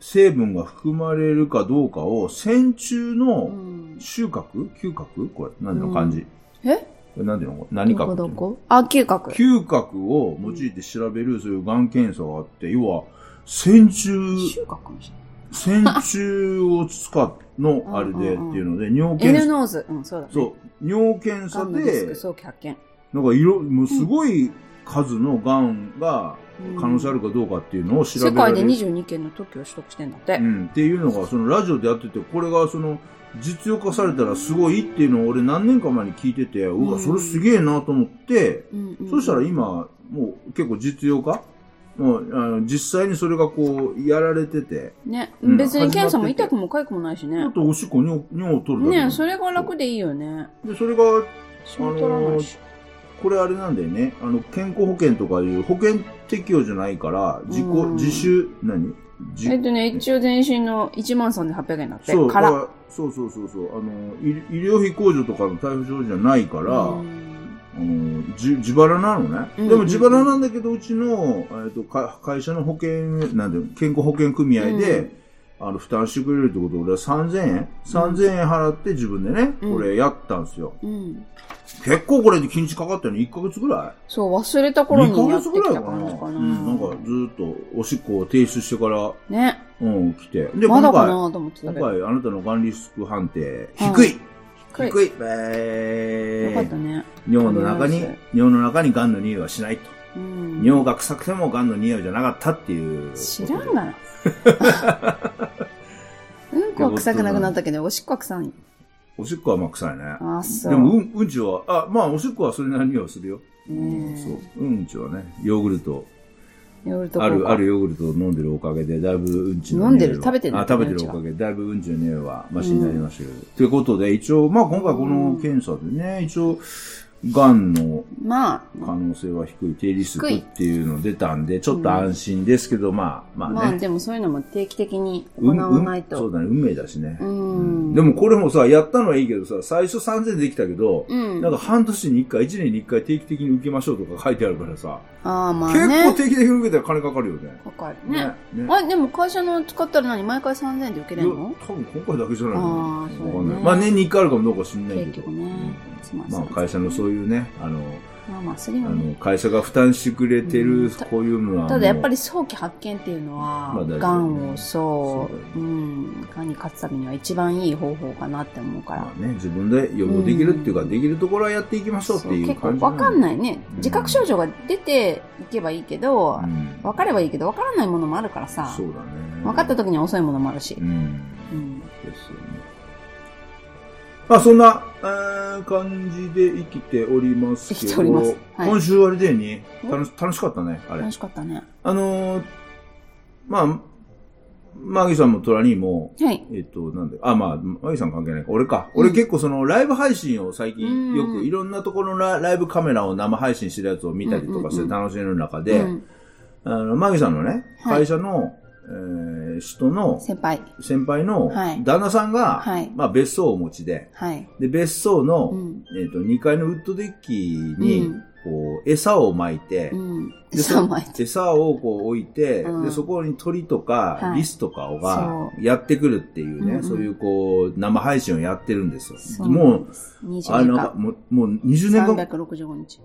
[SPEAKER 2] 成分が含まれるかどうかを線虫
[SPEAKER 1] ーう
[SPEAKER 2] の
[SPEAKER 1] ん。
[SPEAKER 2] 嗅覚嗅覚これ何の漢字、
[SPEAKER 1] えど
[SPEAKER 2] これ何ていうの何
[SPEAKER 1] こ
[SPEAKER 2] 覚ってい
[SPEAKER 1] ど
[SPEAKER 2] うの
[SPEAKER 1] こあ、嗅覚。
[SPEAKER 2] 嗅覚を用いて調べるそういうがん検査があって要は線虫
[SPEAKER 1] 嗅覚かもし
[SPEAKER 2] 線虫を使うのあれでっていうので尿
[SPEAKER 1] れない。
[SPEAKER 2] 検
[SPEAKER 1] N
[SPEAKER 2] 査
[SPEAKER 1] ノーズ。うん、そうだね。
[SPEAKER 2] そう尿検
[SPEAKER 1] が
[SPEAKER 2] 査
[SPEAKER 1] んのリスク
[SPEAKER 2] で
[SPEAKER 1] 早期発見。
[SPEAKER 2] なんか色もうすごい数のがんが可能性あるかどうかっていうのを調べ
[SPEAKER 1] 世
[SPEAKER 2] られ
[SPEAKER 1] 界
[SPEAKER 2] る
[SPEAKER 1] で22件の特許を取得してんだって。
[SPEAKER 2] うん、っていうのが、そのラジオでやってて、これがその、実用化されたらすごいっていうのを俺何年か前に聞いてて、う
[SPEAKER 1] うん
[SPEAKER 2] わ、それすげえなと思って、
[SPEAKER 1] うんうん
[SPEAKER 2] そしたら今、もう結構実用化もうあの実際にそれがこう、やられてて、
[SPEAKER 1] ね、
[SPEAKER 2] うん
[SPEAKER 1] 別に検査も
[SPEAKER 2] 始まってて
[SPEAKER 1] 痛くも痒くもないし
[SPEAKER 2] ち
[SPEAKER 1] ね
[SPEAKER 2] ょっ。とおしっこ尿尿を取るだけなの
[SPEAKER 1] ねそれが楽でいいよね。
[SPEAKER 2] で、それが、
[SPEAKER 1] 仕事取らないし。
[SPEAKER 2] これあれなんだよね、あの、健康保険とかいう保険適用じゃないから、自己
[SPEAKER 1] うん、
[SPEAKER 2] 自主、何
[SPEAKER 1] え
[SPEAKER 2] 自
[SPEAKER 1] っとね、一応全身の1万3800円だって
[SPEAKER 2] そ。う、
[SPEAKER 1] か
[SPEAKER 2] だ
[SPEAKER 1] ら。
[SPEAKER 2] らそうそうそうそう、あの、医医療費控除とかの対象じゃないから、
[SPEAKER 1] うん
[SPEAKER 2] あのじ自腹なのね、
[SPEAKER 1] うん
[SPEAKER 2] でも自腹なんだけど、うちの、えっとか会社の保険、なんていうの健康保険組合で、
[SPEAKER 1] うん
[SPEAKER 2] あの、負担してくれるってことで、俺は3000円 ?3000 円払って自分でね、
[SPEAKER 1] うん
[SPEAKER 2] これやったんですよ。
[SPEAKER 1] うん。
[SPEAKER 2] 結構これで禁止かかったのに1ヶ月ぐらい
[SPEAKER 1] そう、忘れた頃
[SPEAKER 2] ?2
[SPEAKER 1] に
[SPEAKER 2] ヶ
[SPEAKER 1] やって
[SPEAKER 2] 月ぐら
[SPEAKER 1] き
[SPEAKER 2] い
[SPEAKER 1] た
[SPEAKER 2] かな
[SPEAKER 1] 感じかな。
[SPEAKER 2] うん、なんかずーっとおしっこを提出してから、
[SPEAKER 1] ね。
[SPEAKER 2] うん、来て。で、
[SPEAKER 1] まだか
[SPEAKER 2] 今回、
[SPEAKER 1] なと思ってた
[SPEAKER 2] 今
[SPEAKER 1] けど。
[SPEAKER 2] 回あなたのがんリスク判定、
[SPEAKER 1] はい
[SPEAKER 2] 低い
[SPEAKER 1] 低い
[SPEAKER 2] 低い
[SPEAKER 1] よ
[SPEAKER 2] え
[SPEAKER 1] かったね。
[SPEAKER 2] ー尿の中に
[SPEAKER 1] とりあえ、
[SPEAKER 2] 尿の中に癌の匂いはしないと。
[SPEAKER 1] うん。
[SPEAKER 2] 尿が臭くても癌の匂いじゃなかったっていう。
[SPEAKER 1] 知らんが な。うんこは臭くなくなったけど、おしっこは臭い。
[SPEAKER 2] おしっこはまあ臭いね。
[SPEAKER 1] あ、そう。
[SPEAKER 2] でも、うん、うんちは、あ、まあ、おしっこはそれなりにはするよ。
[SPEAKER 1] ねえ
[SPEAKER 2] そう。うんちはね、ヨーグルト、
[SPEAKER 1] 夜と
[SPEAKER 2] ある、ある
[SPEAKER 1] よ。
[SPEAKER 2] ヨーグルトを飲んでるおかげで、だいぶうんちの
[SPEAKER 1] 飲んでる
[SPEAKER 2] 匂い
[SPEAKER 1] 食
[SPEAKER 2] は
[SPEAKER 1] べてる
[SPEAKER 2] あ、食べて
[SPEAKER 1] う
[SPEAKER 2] る
[SPEAKER 1] んち
[SPEAKER 2] お
[SPEAKER 1] は
[SPEAKER 2] かげで、だいぶうんちの匂いはマシになりましたけど。ということで、一応、まあ今回この検査でね、一応、癌の
[SPEAKER 1] まあ、
[SPEAKER 2] 可能性は低い、低リスク
[SPEAKER 1] 低
[SPEAKER 2] っ
[SPEAKER 1] い
[SPEAKER 2] ていうの出たんで、ちょっと安心ですけど、まあ、まあね。
[SPEAKER 1] まあでもそういうのも定期的に行
[SPEAKER 2] うん
[SPEAKER 1] わない
[SPEAKER 2] うんそ
[SPEAKER 1] と。
[SPEAKER 2] うだね、運命だしね。
[SPEAKER 1] うん。
[SPEAKER 2] でもこれもさ、やったのはいいけどさ、最初3000できたけど、
[SPEAKER 1] うん
[SPEAKER 2] なんか半年に1回、1年に1回定期的に受けましょうとか書いてあるからさ、
[SPEAKER 1] ああ、まあ
[SPEAKER 2] 結構
[SPEAKER 1] ね。
[SPEAKER 2] 定期的に受けたら金かかるよね。
[SPEAKER 1] かかるね。
[SPEAKER 2] ね。
[SPEAKER 1] あ、でも会社の使ったら何毎回3000円で受け
[SPEAKER 2] い
[SPEAKER 1] れ
[SPEAKER 2] や
[SPEAKER 1] る
[SPEAKER 2] 多
[SPEAKER 1] の
[SPEAKER 2] 分今回だけじゃないの
[SPEAKER 1] あーそうだね
[SPEAKER 2] わかんない。まあ年に1回あるかもどうか知んない
[SPEAKER 1] 結
[SPEAKER 2] けど。
[SPEAKER 1] 局ね
[SPEAKER 2] うん。
[SPEAKER 1] つまん
[SPEAKER 2] まあ会社のそういうね、あの、
[SPEAKER 1] まあまあ、する
[SPEAKER 2] あ
[SPEAKER 1] よね。
[SPEAKER 2] の会社が負担してくれて
[SPEAKER 1] う
[SPEAKER 2] る
[SPEAKER 1] んた、
[SPEAKER 2] こういうのはもう。
[SPEAKER 1] ただやっぱり早期発見っていうのは
[SPEAKER 2] まあ大事だ、ね
[SPEAKER 1] がんをそ
[SPEAKER 2] そうだよね
[SPEAKER 1] う、うん、がんに勝つためには一番いい方法かなって思うから。
[SPEAKER 2] まあね、自分で予防できるっていうか、
[SPEAKER 1] うん
[SPEAKER 2] できるところはやっていきましょうっていう
[SPEAKER 1] 結
[SPEAKER 2] 感
[SPEAKER 1] 構
[SPEAKER 2] じ
[SPEAKER 1] わかん
[SPEAKER 2] い。
[SPEAKER 1] ないね。自覚症状が出ていけばいいけど、わ、
[SPEAKER 2] うん
[SPEAKER 1] かればいいけど、わからないものもあるからさ
[SPEAKER 2] そ、うだね。
[SPEAKER 1] わかった時には遅いものもあるし
[SPEAKER 2] う。ん。
[SPEAKER 1] うん。
[SPEAKER 2] ですよね。まあ、そんな、えー感じで生きておりますけ
[SPEAKER 1] 生きて
[SPEAKER 2] ど、
[SPEAKER 1] おりますはい
[SPEAKER 2] 今週あれだよね。
[SPEAKER 1] ん
[SPEAKER 2] 楽し楽しかったね、あれ
[SPEAKER 1] 楽。しかったね。
[SPEAKER 2] あのーまあ、マギさんもトラニーも、
[SPEAKER 1] はい。
[SPEAKER 2] えっと、なんで、あ、まあ、マギさん関係ないか。俺か。俺
[SPEAKER 1] うん
[SPEAKER 2] 結構その、ライブ配信を最
[SPEAKER 1] う
[SPEAKER 2] 近、
[SPEAKER 1] ん
[SPEAKER 2] よくいろんなところのラライブカメラを生配信してるやつを見たりとかし
[SPEAKER 1] うん
[SPEAKER 2] て
[SPEAKER 1] うん
[SPEAKER 2] 楽しんでる中で、
[SPEAKER 1] うん
[SPEAKER 2] あの、マギさんのね、
[SPEAKER 1] はい
[SPEAKER 2] 会社の、えー人の、
[SPEAKER 1] 先輩。
[SPEAKER 2] 先輩の
[SPEAKER 1] はい
[SPEAKER 2] 旦那さんが、
[SPEAKER 1] はい
[SPEAKER 2] まあ別荘をお持ちで、
[SPEAKER 1] はい。
[SPEAKER 2] で、別荘の、
[SPEAKER 1] うん。
[SPEAKER 2] えっ、と、2階のウッドデッキに、
[SPEAKER 1] うん
[SPEAKER 2] こう、餌を巻いて、
[SPEAKER 1] うん。
[SPEAKER 2] で
[SPEAKER 1] 3枚。
[SPEAKER 2] そ餌をこう置いて、
[SPEAKER 1] うん
[SPEAKER 2] で、そこに鳥とか、
[SPEAKER 1] はい
[SPEAKER 2] リスとかが
[SPEAKER 1] そ
[SPEAKER 2] やってくるっていうね、
[SPEAKER 1] うんうん
[SPEAKER 2] そういうこう、生配信をやってるんですよ。
[SPEAKER 1] そう
[SPEAKER 2] もう、あ
[SPEAKER 1] 20
[SPEAKER 2] の
[SPEAKER 1] 年
[SPEAKER 2] なんか
[SPEAKER 1] 間。
[SPEAKER 2] もう、もう20年間、
[SPEAKER 1] 365日。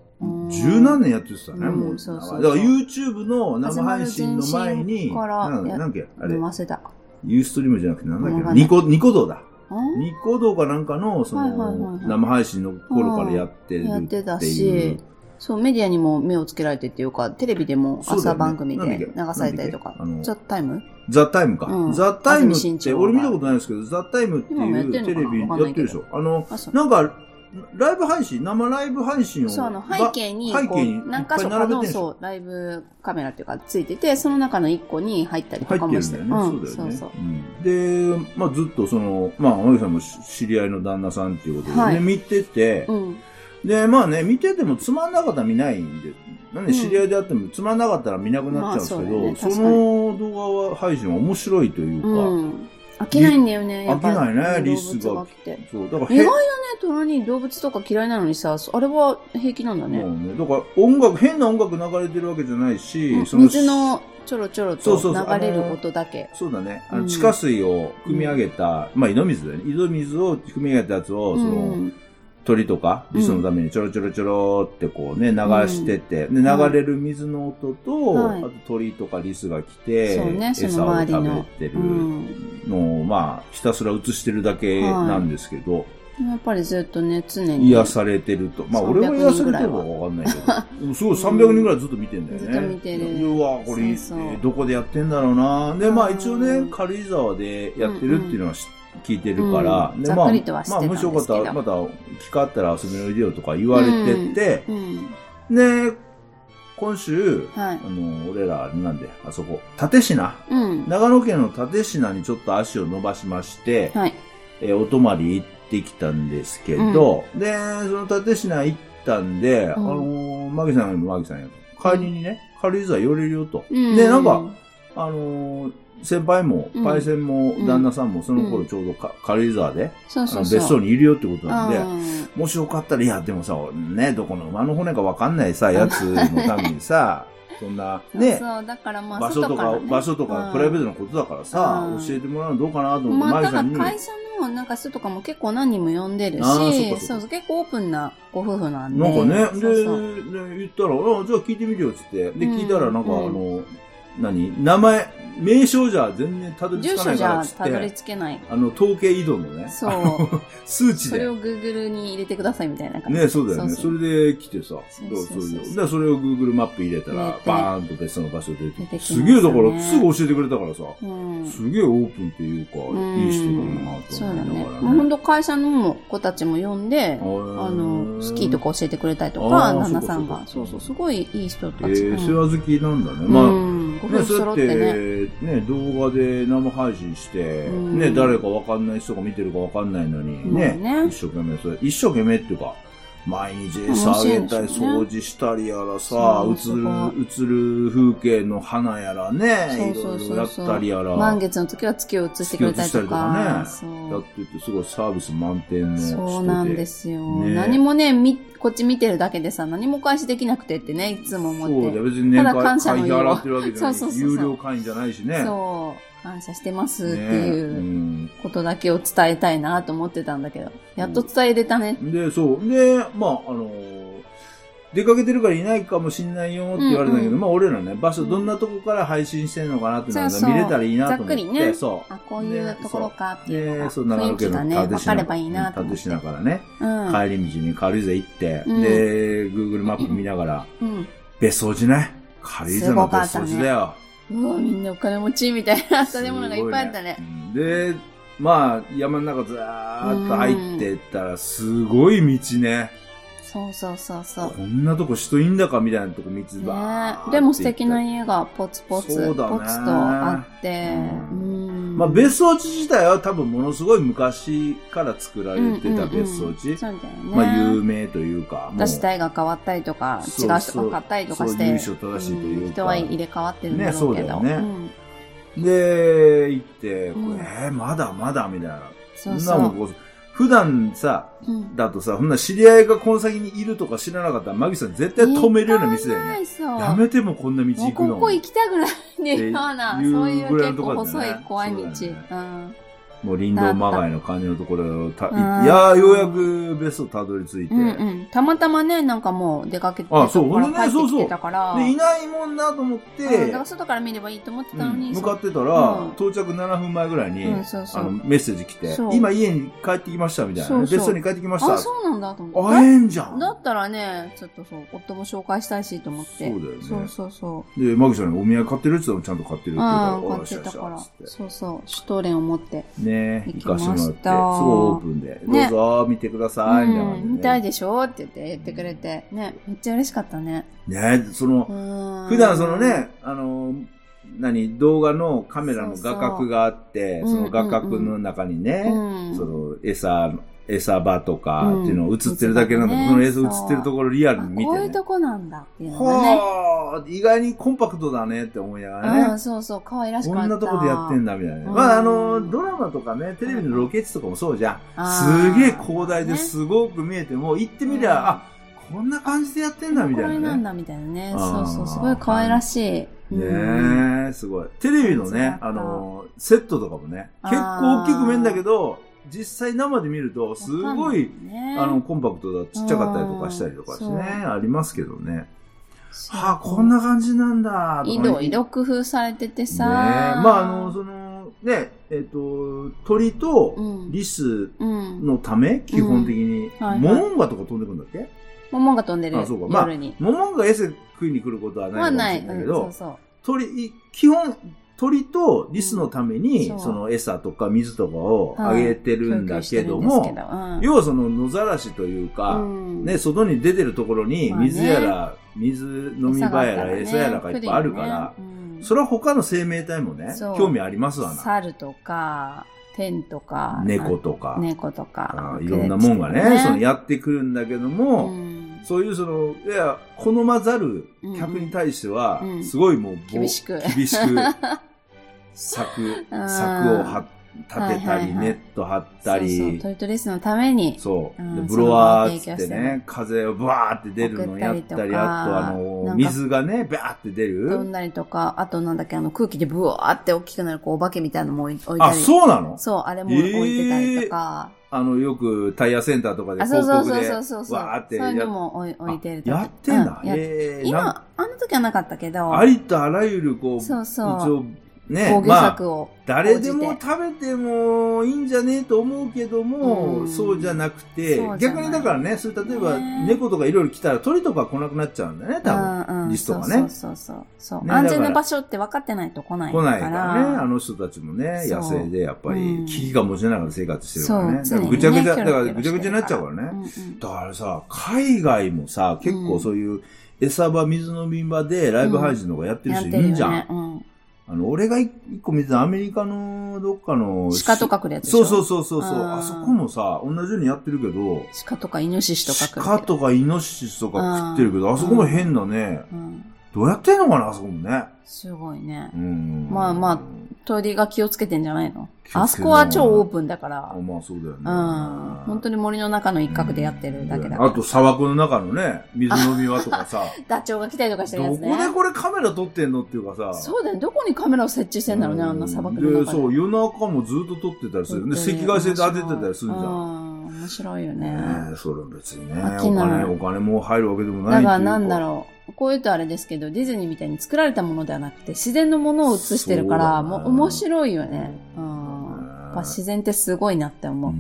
[SPEAKER 2] 十何年やってたね、
[SPEAKER 1] うん
[SPEAKER 2] もう。
[SPEAKER 1] そうそうそう
[SPEAKER 2] だから YouTube の生配信の前に、
[SPEAKER 1] 始まる前進か
[SPEAKER 2] な
[SPEAKER 1] ら
[SPEAKER 2] んだなんだっけ、あれ
[SPEAKER 1] 飲、ませた。
[SPEAKER 2] ユーストリームじゃなくて、なんだっ
[SPEAKER 1] わ
[SPEAKER 2] け
[SPEAKER 1] か
[SPEAKER 2] な、
[SPEAKER 1] んない
[SPEAKER 2] ニコ、ニコ動だ。
[SPEAKER 1] うん
[SPEAKER 2] ニコ動かなんかの、そ
[SPEAKER 1] はいはいはい
[SPEAKER 2] の、
[SPEAKER 1] はい
[SPEAKER 2] 生配信の頃からやってる
[SPEAKER 1] やって
[SPEAKER 2] ったていう
[SPEAKER 1] し。、そう、メディアにも目をつけられてっていうか、テレビでも
[SPEAKER 2] そうだ
[SPEAKER 1] 朝
[SPEAKER 2] よね
[SPEAKER 1] 番組で
[SPEAKER 2] なんだっけ
[SPEAKER 1] 流されたりとか
[SPEAKER 2] なんだっけあの、
[SPEAKER 1] ちょっとタイム
[SPEAKER 2] ザ・タイムか
[SPEAKER 1] う。ん
[SPEAKER 2] ザ・タイムっ
[SPEAKER 1] 安住
[SPEAKER 2] て、
[SPEAKER 1] 紳一郎が
[SPEAKER 2] 俺見たことないですけど、ザ・タイムって
[SPEAKER 1] 今もや
[SPEAKER 2] い
[SPEAKER 1] っ
[SPEAKER 2] う
[SPEAKER 1] て
[SPEAKER 2] テ
[SPEAKER 1] ん
[SPEAKER 2] レ
[SPEAKER 1] のかな
[SPEAKER 2] ビや
[SPEAKER 1] わかん
[SPEAKER 2] って
[SPEAKER 1] ないけど
[SPEAKER 2] るでしょ。あの、
[SPEAKER 1] あ、そう。
[SPEAKER 2] なんか、ライブ配信、生ライブ配信を。
[SPEAKER 1] そう、あの、
[SPEAKER 2] が
[SPEAKER 1] 背景に、
[SPEAKER 2] 背
[SPEAKER 1] こ
[SPEAKER 2] 景に
[SPEAKER 1] う、何箇所
[SPEAKER 2] い
[SPEAKER 1] か
[SPEAKER 2] っぱい並べ
[SPEAKER 1] の、
[SPEAKER 2] てんでしょ
[SPEAKER 1] そう、ライブカメラっていうか、ついてて、その中の一個に入ったり
[SPEAKER 2] 入
[SPEAKER 1] と
[SPEAKER 2] って
[SPEAKER 1] か
[SPEAKER 2] るんだ
[SPEAKER 1] も
[SPEAKER 2] よ
[SPEAKER 1] して。
[SPEAKER 2] ね。
[SPEAKER 1] ん
[SPEAKER 2] そうだよね
[SPEAKER 1] そうそう。
[SPEAKER 2] うん。で、まあずっとその、まあ、天海さんも知知り合いの旦那さんっていうこと
[SPEAKER 1] は
[SPEAKER 2] で、
[SPEAKER 1] い
[SPEAKER 2] で見てて、
[SPEAKER 1] うん。
[SPEAKER 2] で、まあね、見ててもつまんなかったら見ないんで、なんで
[SPEAKER 1] うん
[SPEAKER 2] 知り合いであってもつまんなかったら見なくなっちゃうんですけど、
[SPEAKER 1] まあ
[SPEAKER 2] そ
[SPEAKER 1] そうだよね
[SPEAKER 2] の動画は配信は面白いというか、
[SPEAKER 1] うん。飽きないんだよね、やっぱ
[SPEAKER 2] 飽きないね
[SPEAKER 1] 動
[SPEAKER 2] リス
[SPEAKER 1] 物
[SPEAKER 2] が
[SPEAKER 1] が来て。
[SPEAKER 2] そう、だから
[SPEAKER 1] 意
[SPEAKER 2] へ
[SPEAKER 1] 外だね、虎に動物とか嫌いなのにさ、あれは平気なんだね。
[SPEAKER 2] もうね、だから音楽、変な音楽流れてるわけじゃないし、
[SPEAKER 1] うん
[SPEAKER 2] その
[SPEAKER 1] 水のちょろちょろ
[SPEAKER 2] そう
[SPEAKER 1] と
[SPEAKER 2] そうそ
[SPEAKER 1] 流
[SPEAKER 2] う
[SPEAKER 1] れる音だけ。
[SPEAKER 2] そうだね、あ
[SPEAKER 1] う
[SPEAKER 2] の
[SPEAKER 1] ん
[SPEAKER 2] 地下水を汲み上げた、まあ井戸水だよね。井戸水を汲み上げたやつを、
[SPEAKER 1] う
[SPEAKER 2] その、
[SPEAKER 1] ん。
[SPEAKER 2] 鳥とか、
[SPEAKER 1] うん
[SPEAKER 2] リスのためにちょろちょろちょろってこうね、流してて、で
[SPEAKER 1] はい
[SPEAKER 2] 流れる水の音と、
[SPEAKER 1] はい
[SPEAKER 2] あと鳥とかリスが来て、
[SPEAKER 1] そうねその
[SPEAKER 2] 餌を
[SPEAKER 1] 周り
[SPEAKER 2] 食
[SPEAKER 1] の
[SPEAKER 2] べてる
[SPEAKER 1] うん
[SPEAKER 2] のを、まあ、ひたすら映してるだけなんですけど、
[SPEAKER 1] やっぱりずっとね、常に。
[SPEAKER 2] 癒されてると。まあ、俺は癒されてるかわかんないけど、 でもすごい300人ぐらいずっと見てんだよね。
[SPEAKER 1] ずっと見てる
[SPEAKER 2] うわ、これいい
[SPEAKER 1] そうそう
[SPEAKER 2] えどこでやってんだろうな。で、まあ
[SPEAKER 1] うん
[SPEAKER 2] 一応ね、軽井沢でやってるっていうのは知聞いてるから、
[SPEAKER 1] うん
[SPEAKER 2] で
[SPEAKER 1] ざ
[SPEAKER 2] ま
[SPEAKER 1] っ
[SPEAKER 2] あ、
[SPEAKER 1] くりとは知って
[SPEAKER 2] ま
[SPEAKER 1] たん
[SPEAKER 2] あ、も
[SPEAKER 1] ですけど
[SPEAKER 2] しよかったら、また、機会あったら遊びにおいでよとか言われてて、
[SPEAKER 1] うん。
[SPEAKER 2] で、今週、
[SPEAKER 1] はい
[SPEAKER 2] あ。の、俺ら、なんで、あそこ、立科。
[SPEAKER 1] うん。
[SPEAKER 2] 長野県の立科にちょっと足を伸ばしまして、
[SPEAKER 1] はい。
[SPEAKER 2] えーお泊まり行ってきたんですけど、で、その立科行ったんで、あのー、マギさんがマギさんやと。帰りにね、軽井沢寄れるよと。
[SPEAKER 1] うん
[SPEAKER 2] で、なんか、、あのー、先輩も、
[SPEAKER 1] うん
[SPEAKER 2] パイセンも、
[SPEAKER 1] うん
[SPEAKER 2] 旦那さんも、その頃
[SPEAKER 1] うん
[SPEAKER 2] ちょうどか軽井沢で、
[SPEAKER 1] そう
[SPEAKER 2] あの
[SPEAKER 1] そうそう。
[SPEAKER 2] 別荘にいるよってことなんで、
[SPEAKER 1] うん
[SPEAKER 2] もしよかったら、いや、でもさ、ね、どこの馬の骨かわかんないさ、やつのためにさ、そんな、
[SPEAKER 1] そう
[SPEAKER 2] ね、
[SPEAKER 1] そう、だからまあ、
[SPEAKER 2] 場所と
[SPEAKER 1] 外
[SPEAKER 2] か
[SPEAKER 1] ら、ね
[SPEAKER 2] 場所と
[SPEAKER 1] う
[SPEAKER 2] か
[SPEAKER 1] ん
[SPEAKER 2] プライベートのことだからさ
[SPEAKER 1] うん、
[SPEAKER 2] 教えてもらうのどうかなと思って、
[SPEAKER 1] ま
[SPEAKER 2] ま
[SPEAKER 1] あ、
[SPEAKER 2] ゆ
[SPEAKER 1] た
[SPEAKER 2] さ
[SPEAKER 1] だ
[SPEAKER 2] んに、
[SPEAKER 1] 会社のなんか人とかも結構何人も呼んでるし、
[SPEAKER 2] あーそっかそっか
[SPEAKER 1] そうそう結構オープンなご夫婦なんで。
[SPEAKER 2] なんかね、
[SPEAKER 1] そう
[SPEAKER 2] で、
[SPEAKER 1] そう
[SPEAKER 2] で言ったら、あじゃあ聞いてみてよ、つって。で、
[SPEAKER 1] うん
[SPEAKER 2] 聞いたら、なんか、
[SPEAKER 1] うん
[SPEAKER 2] あの、何名前、名称じゃ全然たどり
[SPEAKER 1] 住
[SPEAKER 2] 着か
[SPEAKER 1] 所
[SPEAKER 2] ない
[SPEAKER 1] じ
[SPEAKER 2] から、
[SPEAKER 1] ゃ
[SPEAKER 2] つった
[SPEAKER 1] どり
[SPEAKER 2] て。
[SPEAKER 1] 着けない。
[SPEAKER 2] あの、統計移動のね、
[SPEAKER 1] そう。
[SPEAKER 2] 数値
[SPEAKER 1] それ
[SPEAKER 2] で
[SPEAKER 1] を。Google に入れてくださいみたいな感じ。
[SPEAKER 2] ね、そうだよね。
[SPEAKER 1] そうそ
[SPEAKER 2] そうれで来てさ、
[SPEAKER 1] そう
[SPEAKER 2] どう
[SPEAKER 1] そうそう
[SPEAKER 2] そういうでそれを Google マップ入れた
[SPEAKER 1] 入
[SPEAKER 2] ら
[SPEAKER 1] れ、て
[SPEAKER 2] バーンと別の場所出て
[SPEAKER 1] 出てきましたね
[SPEAKER 2] すげえ、だから、すぐ教えてくれたからさ、
[SPEAKER 1] うん。
[SPEAKER 2] すげえオープンっていうか、
[SPEAKER 1] うん
[SPEAKER 2] いい人だなと
[SPEAKER 1] そう
[SPEAKER 2] 思
[SPEAKER 1] だね。
[SPEAKER 2] いながら
[SPEAKER 1] もう本当会社の子たちも呼んで、あの、スキーと
[SPEAKER 2] か。
[SPEAKER 1] か教えてくれたりとか、
[SPEAKER 2] あー
[SPEAKER 1] 旦那さんが。
[SPEAKER 2] そ
[SPEAKER 1] そうう
[SPEAKER 2] かそ
[SPEAKER 1] そうう、
[SPEAKER 2] か
[SPEAKER 1] すごいいい人
[SPEAKER 2] え
[SPEAKER 1] たち。
[SPEAKER 2] ー、世話好きなんだね。
[SPEAKER 1] うん
[SPEAKER 2] まあ、
[SPEAKER 1] うんご夫
[SPEAKER 2] ね、
[SPEAKER 1] 婦
[SPEAKER 2] そうや
[SPEAKER 1] 揃
[SPEAKER 2] っ
[SPEAKER 1] ってね。
[SPEAKER 2] て、ね、動画で生配信して、
[SPEAKER 1] うん
[SPEAKER 2] ね、誰かわかんない人が見てるかわかんないのに、ね、
[SPEAKER 1] まあね
[SPEAKER 2] 一生懸命、それ、一生懸命っていうか、毎日餌あげた
[SPEAKER 1] 面
[SPEAKER 2] り、
[SPEAKER 1] 白い
[SPEAKER 2] 掃
[SPEAKER 1] で
[SPEAKER 2] 除したりやらさ、
[SPEAKER 1] そう
[SPEAKER 2] 映
[SPEAKER 1] すご
[SPEAKER 2] る、映る風景の花やらね、い
[SPEAKER 1] そ
[SPEAKER 2] ろ
[SPEAKER 1] う
[SPEAKER 2] い
[SPEAKER 1] そうそ
[SPEAKER 2] ろや
[SPEAKER 1] う
[SPEAKER 2] っ
[SPEAKER 1] そう
[SPEAKER 2] たりやら、
[SPEAKER 1] 満
[SPEAKER 2] や
[SPEAKER 1] 月の時は月を映してくれたりとか。
[SPEAKER 2] 月
[SPEAKER 1] そう
[SPEAKER 2] ってて、すごいサービス満点の人で。
[SPEAKER 1] そうなんですよ。
[SPEAKER 2] ね
[SPEAKER 1] 何もね、み、こっち見てるだけでさ、何も返しできなくてってね、いつも思
[SPEAKER 2] そう
[SPEAKER 1] っ
[SPEAKER 2] だ
[SPEAKER 1] て
[SPEAKER 2] よ、。別に
[SPEAKER 1] た
[SPEAKER 2] 年
[SPEAKER 1] だ
[SPEAKER 2] 会
[SPEAKER 1] 感謝
[SPEAKER 2] 会
[SPEAKER 1] の
[SPEAKER 2] 費
[SPEAKER 1] 意を
[SPEAKER 2] 払ってるわけじゃない し
[SPEAKER 1] そうそうそうそう
[SPEAKER 2] 有料会員じゃないしね。
[SPEAKER 1] そう、感謝してますって
[SPEAKER 2] ね
[SPEAKER 1] いううんことだけを伝えたいなと思ってたんだけど、やっと伝えれたね。
[SPEAKER 2] で、そう。で、まあ、あのー出かけてるからいないかもしんないよって言われたんだけど、
[SPEAKER 1] うんうん
[SPEAKER 2] まあ、俺らね、場所、
[SPEAKER 1] うん
[SPEAKER 2] どんなとこから配信してんのかなっていうの
[SPEAKER 1] そう
[SPEAKER 2] が
[SPEAKER 1] そう
[SPEAKER 2] 見れたらいいなと思って、
[SPEAKER 1] ざっくりね
[SPEAKER 2] そう。
[SPEAKER 1] あ、こういうところかっていうの
[SPEAKER 2] で、
[SPEAKER 1] が、
[SPEAKER 2] そう、長
[SPEAKER 1] 雰
[SPEAKER 2] 野
[SPEAKER 1] 囲気
[SPEAKER 2] 県
[SPEAKER 1] が
[SPEAKER 2] の
[SPEAKER 1] ね、わかればいいなと思っ
[SPEAKER 2] 蓼
[SPEAKER 1] て。
[SPEAKER 2] 科からね、
[SPEAKER 1] うん。
[SPEAKER 2] 帰り道に軽井沢行って、
[SPEAKER 1] うん
[SPEAKER 2] で、Google マップ見ながら、
[SPEAKER 1] うん。
[SPEAKER 2] 別荘地ね。軽井沢の別荘地だよ。
[SPEAKER 1] うわ、みんなお金持ちみたいな建物がいっぱいあった
[SPEAKER 2] す
[SPEAKER 1] ね。
[SPEAKER 2] ごいね。うんで、まあ、山の中ずーっと入ってったら、すごい道ね。
[SPEAKER 1] そうそうそうそう。
[SPEAKER 2] こんなとこ人いんだかみたいなとこ道ばーって行っ
[SPEAKER 1] ね
[SPEAKER 2] て
[SPEAKER 1] でも素敵な家がポツポツ、
[SPEAKER 2] そうだね
[SPEAKER 1] ポツとあって、
[SPEAKER 2] う
[SPEAKER 1] うん。
[SPEAKER 2] まあ別荘地自体は多分ものすごい昔から作られてた別
[SPEAKER 1] うんう
[SPEAKER 2] 荘
[SPEAKER 1] ん
[SPEAKER 2] 地。
[SPEAKER 1] そうだよね。
[SPEAKER 2] まあ有名というか。もう
[SPEAKER 1] 私代が変わったりとか、
[SPEAKER 2] そ
[SPEAKER 1] 違
[SPEAKER 2] う
[SPEAKER 1] う人
[SPEAKER 2] そう
[SPEAKER 1] が買ったりとかして、
[SPEAKER 2] そう由緒正しいというか
[SPEAKER 1] ん人は入れ替わってるんだろうけど。
[SPEAKER 2] ねそうだよね
[SPEAKER 1] ん
[SPEAKER 2] で、行って、こ
[SPEAKER 1] うん
[SPEAKER 2] れえー、まだまだみたいな。
[SPEAKER 1] そう
[SPEAKER 2] そんなもん
[SPEAKER 1] そ
[SPEAKER 2] こう普段さ、
[SPEAKER 1] う。うん
[SPEAKER 2] だとさ、そんな知り合いがこの先にいるとか知らなかったら、マギさん絶対止めるような店だよ
[SPEAKER 1] 行かな
[SPEAKER 2] ね。
[SPEAKER 1] いそう
[SPEAKER 2] やめてもこんな道
[SPEAKER 1] も
[SPEAKER 2] 行
[SPEAKER 1] う
[SPEAKER 2] くの。
[SPEAKER 1] ここ行きたぐらいに
[SPEAKER 2] え
[SPEAKER 1] よう な、
[SPEAKER 2] いう
[SPEAKER 1] そういう
[SPEAKER 2] ぐらい
[SPEAKER 1] 結
[SPEAKER 2] のと
[SPEAKER 1] 構
[SPEAKER 2] こだよね
[SPEAKER 1] 細い怖い道。う
[SPEAKER 2] そうだよね
[SPEAKER 1] ん。
[SPEAKER 2] もう林道まがいの感じのところをた、
[SPEAKER 1] うん
[SPEAKER 2] いやー、ようやくベストたどり着いて。
[SPEAKER 1] うんうん。たまたまね、なんかもう出かけて
[SPEAKER 2] あそう
[SPEAKER 1] そこから
[SPEAKER 2] ほんとね
[SPEAKER 1] 帰ってき
[SPEAKER 2] そうそ
[SPEAKER 1] て
[SPEAKER 2] う
[SPEAKER 1] たから。
[SPEAKER 2] で、いないもんなと思っ
[SPEAKER 1] うん
[SPEAKER 2] て
[SPEAKER 1] だか、ら外から見ればいいと思って
[SPEAKER 2] う
[SPEAKER 1] たのに。
[SPEAKER 2] ん向かってた
[SPEAKER 1] う
[SPEAKER 2] ら
[SPEAKER 1] ん、
[SPEAKER 2] 到着7分前ぐらいに、
[SPEAKER 1] うんそうそう
[SPEAKER 2] あの、メッセージ来て
[SPEAKER 1] そ、う
[SPEAKER 2] 今家に帰ってきましたみたいなね。
[SPEAKER 1] そうそう
[SPEAKER 2] ベストに帰ってきました。
[SPEAKER 1] あ、そうなんだと思って。
[SPEAKER 2] 会えんじゃん。
[SPEAKER 1] だったらね、ちょっとそう、夫も紹介したいしと思って。
[SPEAKER 2] そうだよね
[SPEAKER 1] そうそうそ
[SPEAKER 2] で、マギさんにお土産買ってるって言ったらちゃんと買ってる
[SPEAKER 1] う。
[SPEAKER 2] って言うから
[SPEAKER 1] あ、あ、
[SPEAKER 2] お
[SPEAKER 1] 買
[SPEAKER 2] ら
[SPEAKER 1] ってたか
[SPEAKER 2] っ
[SPEAKER 1] ら
[SPEAKER 2] つっ。て
[SPEAKER 1] そうそう、シュトーレンを持って。
[SPEAKER 2] ね
[SPEAKER 1] 行
[SPEAKER 2] 行
[SPEAKER 1] き
[SPEAKER 2] か
[SPEAKER 1] ま
[SPEAKER 2] せてもらって、
[SPEAKER 1] し
[SPEAKER 2] すごい
[SPEAKER 1] た
[SPEAKER 2] オープンで、
[SPEAKER 1] ね
[SPEAKER 2] どうぞ見てください、みたいな感じ
[SPEAKER 1] うん、見たい
[SPEAKER 2] で
[SPEAKER 1] でしょって言って言ってくれて。ね、めっちゃ嬉しかったね。
[SPEAKER 2] ね。ね、その、
[SPEAKER 1] うん。
[SPEAKER 2] 普段その、ね、あの、何、動画のカメラの画角があって、
[SPEAKER 1] そう
[SPEAKER 2] そ
[SPEAKER 1] そう
[SPEAKER 2] の画角の中にね、
[SPEAKER 1] うん。
[SPEAKER 2] その餌、餌場とかっていうのを映ってるだけなんだけど、
[SPEAKER 1] うん
[SPEAKER 2] その映像映ってるところリアル
[SPEAKER 1] あ
[SPEAKER 2] に見て、ね。
[SPEAKER 1] こういうとこなんだっていうのがね。
[SPEAKER 2] はあ、意外にコンパクトだねって思いながら
[SPEAKER 1] う
[SPEAKER 2] ね
[SPEAKER 1] ん、。そうそう、可愛らしかっ
[SPEAKER 2] こ
[SPEAKER 1] た。
[SPEAKER 2] んなとこでやってんだみたいなね。
[SPEAKER 1] うん
[SPEAKER 2] まああの、ドラマとかね、テレビのロケ地とかもそうじゃ
[SPEAKER 1] あー
[SPEAKER 2] ん。すげえ広大で
[SPEAKER 1] ね
[SPEAKER 2] すごく見えても、行ってみり
[SPEAKER 1] うん
[SPEAKER 2] ゃ、あ、こんな感じでやってんだみた
[SPEAKER 1] これ
[SPEAKER 2] い
[SPEAKER 1] な
[SPEAKER 2] なんね。
[SPEAKER 1] だみたいなね。
[SPEAKER 2] あ
[SPEAKER 1] そ
[SPEAKER 2] ー
[SPEAKER 1] うそう、すごい可愛らしい。うん
[SPEAKER 2] ねえ、すごい。テレビの
[SPEAKER 1] そうだ
[SPEAKER 2] ね
[SPEAKER 1] っ、た
[SPEAKER 2] あの、セットとかもね、
[SPEAKER 1] あー
[SPEAKER 2] 結構大きく見えんだけど、実際生で見ると、すごい、、あ
[SPEAKER 1] あ
[SPEAKER 2] の、、コンパクトだ、ちっちゃかったりとかしたりとかして
[SPEAKER 1] うん
[SPEAKER 2] ね、
[SPEAKER 1] そう
[SPEAKER 2] ありますけどね。
[SPEAKER 1] そう
[SPEAKER 2] はあ、こん。な感じなんだ、とかね
[SPEAKER 1] いろいろ工夫されててさ。
[SPEAKER 2] ねえまああのそのねえっ、と鳥と
[SPEAKER 1] うん
[SPEAKER 2] リス
[SPEAKER 1] うん。
[SPEAKER 2] のため、基本的に、
[SPEAKER 1] はいはい
[SPEAKER 2] モモンガとか飛んでくんだっけ
[SPEAKER 1] モモンが飛んでる。
[SPEAKER 2] あそうかまあ
[SPEAKER 1] 夜に。
[SPEAKER 2] モモンガ餌食いに来ることはない
[SPEAKER 1] は
[SPEAKER 2] かもし
[SPEAKER 1] ない。
[SPEAKER 2] れないけ
[SPEAKER 1] うん
[SPEAKER 2] ど、
[SPEAKER 1] そう
[SPEAKER 2] 鳥基本鳥とリスのために、
[SPEAKER 1] うんそう
[SPEAKER 2] その餌とか水とかをあげて
[SPEAKER 1] そう。
[SPEAKER 2] るんだけど
[SPEAKER 1] 供
[SPEAKER 2] も、
[SPEAKER 1] 給してるんですけどうん
[SPEAKER 2] 要はその野ざらしというか、
[SPEAKER 1] うん
[SPEAKER 2] ね、外に出てるところに
[SPEAKER 1] まあね
[SPEAKER 2] 水やら、水飲み場やら餌やらがいっぱいあるから、そ
[SPEAKER 1] れ
[SPEAKER 2] れは他の生命体もね
[SPEAKER 1] そう、
[SPEAKER 2] 興味ありますわな。
[SPEAKER 1] 猿とか、天とか、
[SPEAKER 2] 猫とか、
[SPEAKER 1] 猫とか
[SPEAKER 2] あ、いろんなもんがね、その
[SPEAKER 1] や
[SPEAKER 2] やってくるんだけど
[SPEAKER 1] う
[SPEAKER 2] も、
[SPEAKER 1] ん
[SPEAKER 2] そういうその、いや、好まざる客に対しては
[SPEAKER 1] うんう、ん
[SPEAKER 2] すごいもう、
[SPEAKER 1] 厳しく。
[SPEAKER 2] 厳しく、策、策を張っ立てた
[SPEAKER 1] はいはい
[SPEAKER 2] り、
[SPEAKER 1] はい
[SPEAKER 2] ネット張った
[SPEAKER 1] そうそう
[SPEAKER 2] り
[SPEAKER 1] ト、イトレスのために。
[SPEAKER 2] そう
[SPEAKER 1] うん
[SPEAKER 2] でブロワーっつっ
[SPEAKER 1] そのまま提
[SPEAKER 2] てね、風をブワーって出るのやっ
[SPEAKER 1] 送った
[SPEAKER 2] た
[SPEAKER 1] り
[SPEAKER 2] り、
[SPEAKER 1] とか
[SPEAKER 2] あとあ
[SPEAKER 1] なんか
[SPEAKER 2] の、水がね、バーって出
[SPEAKER 1] 飛ん
[SPEAKER 2] る。
[SPEAKER 1] だりとか、あとなんだっけ、あの空気でブワーって大きくなるこうお化けみたいなのも置い置いたり。
[SPEAKER 2] あ、そうなの
[SPEAKER 1] そう、あれも置いてたりとか。
[SPEAKER 2] あの、よくタイヤセンターとかで
[SPEAKER 1] あ、そう
[SPEAKER 2] 広
[SPEAKER 1] そう
[SPEAKER 2] 告
[SPEAKER 1] そう
[SPEAKER 2] で、
[SPEAKER 1] そ
[SPEAKER 2] わ
[SPEAKER 1] うそうそう。
[SPEAKER 2] ーって
[SPEAKER 1] そういうの
[SPEAKER 2] や
[SPEAKER 1] も置い置いてる時
[SPEAKER 2] やってんだ。
[SPEAKER 1] うや
[SPEAKER 2] へーなんか
[SPEAKER 1] 今、あの時はなかったけど、
[SPEAKER 2] ありとあらゆる、こう、
[SPEAKER 1] そうそう
[SPEAKER 2] 一応、ね
[SPEAKER 1] 防、御
[SPEAKER 2] まあ、
[SPEAKER 1] 策を。
[SPEAKER 2] 誰で
[SPEAKER 1] 応
[SPEAKER 2] も
[SPEAKER 1] じ
[SPEAKER 2] 食べてもいいんじゃねえと思うけども、
[SPEAKER 1] うん
[SPEAKER 2] そうじゃなくて
[SPEAKER 1] そう、じゃない
[SPEAKER 2] 逆にだからね、それ例えば
[SPEAKER 1] ね
[SPEAKER 2] 猫とかいろいろ来たら鳥とか来なくなっちゃうんだよね、多分。
[SPEAKER 1] うんうん
[SPEAKER 2] リストがね
[SPEAKER 1] そうそうそうそう。
[SPEAKER 2] ね
[SPEAKER 1] 安全
[SPEAKER 2] だ
[SPEAKER 1] な
[SPEAKER 2] から
[SPEAKER 1] 場所って分かってないと来ないか
[SPEAKER 2] 来
[SPEAKER 1] ら。
[SPEAKER 2] ないからね、あの人たちもね、
[SPEAKER 1] そう
[SPEAKER 2] 野生でやっぱ
[SPEAKER 1] う
[SPEAKER 2] り
[SPEAKER 1] ん
[SPEAKER 2] 危機感持ちながら生活してるか
[SPEAKER 1] そ
[SPEAKER 2] ら
[SPEAKER 1] う
[SPEAKER 2] ね。、だ
[SPEAKER 1] 常
[SPEAKER 2] か
[SPEAKER 1] にね
[SPEAKER 2] らぐちゃぐち
[SPEAKER 1] キ
[SPEAKER 2] ゃ、
[SPEAKER 1] ョ
[SPEAKER 2] だ
[SPEAKER 1] ロキョ
[SPEAKER 2] から
[SPEAKER 1] ロ
[SPEAKER 2] ぐちゃぐちゃになっちゃうからね。
[SPEAKER 1] してるか
[SPEAKER 2] だからさ、海外もさ、結構そういう餌場、水飲み場でライブ配信とかやってる
[SPEAKER 1] らうんうんやっ
[SPEAKER 2] 人い
[SPEAKER 1] てる
[SPEAKER 2] るじゃ
[SPEAKER 1] よ
[SPEAKER 2] ん。
[SPEAKER 1] ね。うん。
[SPEAKER 2] あの、俺が一個見てたアメリカのどっかの。
[SPEAKER 1] 鹿と。か来るやつでし
[SPEAKER 2] そ
[SPEAKER 1] ょ
[SPEAKER 2] うそうそうそう。そう
[SPEAKER 1] あー
[SPEAKER 2] あそこもさ、同じようにやってるけど、
[SPEAKER 1] 鹿とかイノシシとか来るけど。
[SPEAKER 2] 鹿とかイノシシとか食ってるけど、あそこも変だね。
[SPEAKER 1] うん。
[SPEAKER 2] どうやってんのかな、あそこもね。
[SPEAKER 1] すごいね
[SPEAKER 2] う。ん。
[SPEAKER 1] まあまあ鳥が気をつけてんじゃないの
[SPEAKER 2] 気をつけてんの
[SPEAKER 1] あそこは超オープンだから。
[SPEAKER 2] あ
[SPEAKER 1] うん。
[SPEAKER 2] まあそうだよね。
[SPEAKER 1] 本当
[SPEAKER 2] に
[SPEAKER 1] に森の中の一角でやってるだけだから。
[SPEAKER 2] あと砂漠の中のね、水飲み場 とかさ、
[SPEAKER 1] ダチョウが来たりとかしてるや
[SPEAKER 2] ど
[SPEAKER 1] つね
[SPEAKER 2] こ。でこれカメラ撮ってんのっていうかさ。
[SPEAKER 1] そうだよね。どこにカメラを設置してんだろうね、あんな砂漠の中
[SPEAKER 2] で。
[SPEAKER 1] で。
[SPEAKER 2] そう、夜中もずっと撮ってたりするよね。
[SPEAKER 1] 本当に
[SPEAKER 2] 赤外線で当ててたりするじゃん。
[SPEAKER 1] うん。面白いよね。
[SPEAKER 2] ねえ、それは別にね、
[SPEAKER 1] 飽き
[SPEAKER 2] お
[SPEAKER 1] ない
[SPEAKER 2] 金、お金も入るわけでも
[SPEAKER 1] だ
[SPEAKER 2] ない
[SPEAKER 1] からなんだ
[SPEAKER 2] う。
[SPEAKER 1] ろう。こう言うとあれですけど、ディズニーみたいに作られたものではなくて、自然のものを映してるから、
[SPEAKER 2] そうだ
[SPEAKER 1] も
[SPEAKER 2] ね
[SPEAKER 1] う面白いよね。うん。やっぱ自然ってすごいなって思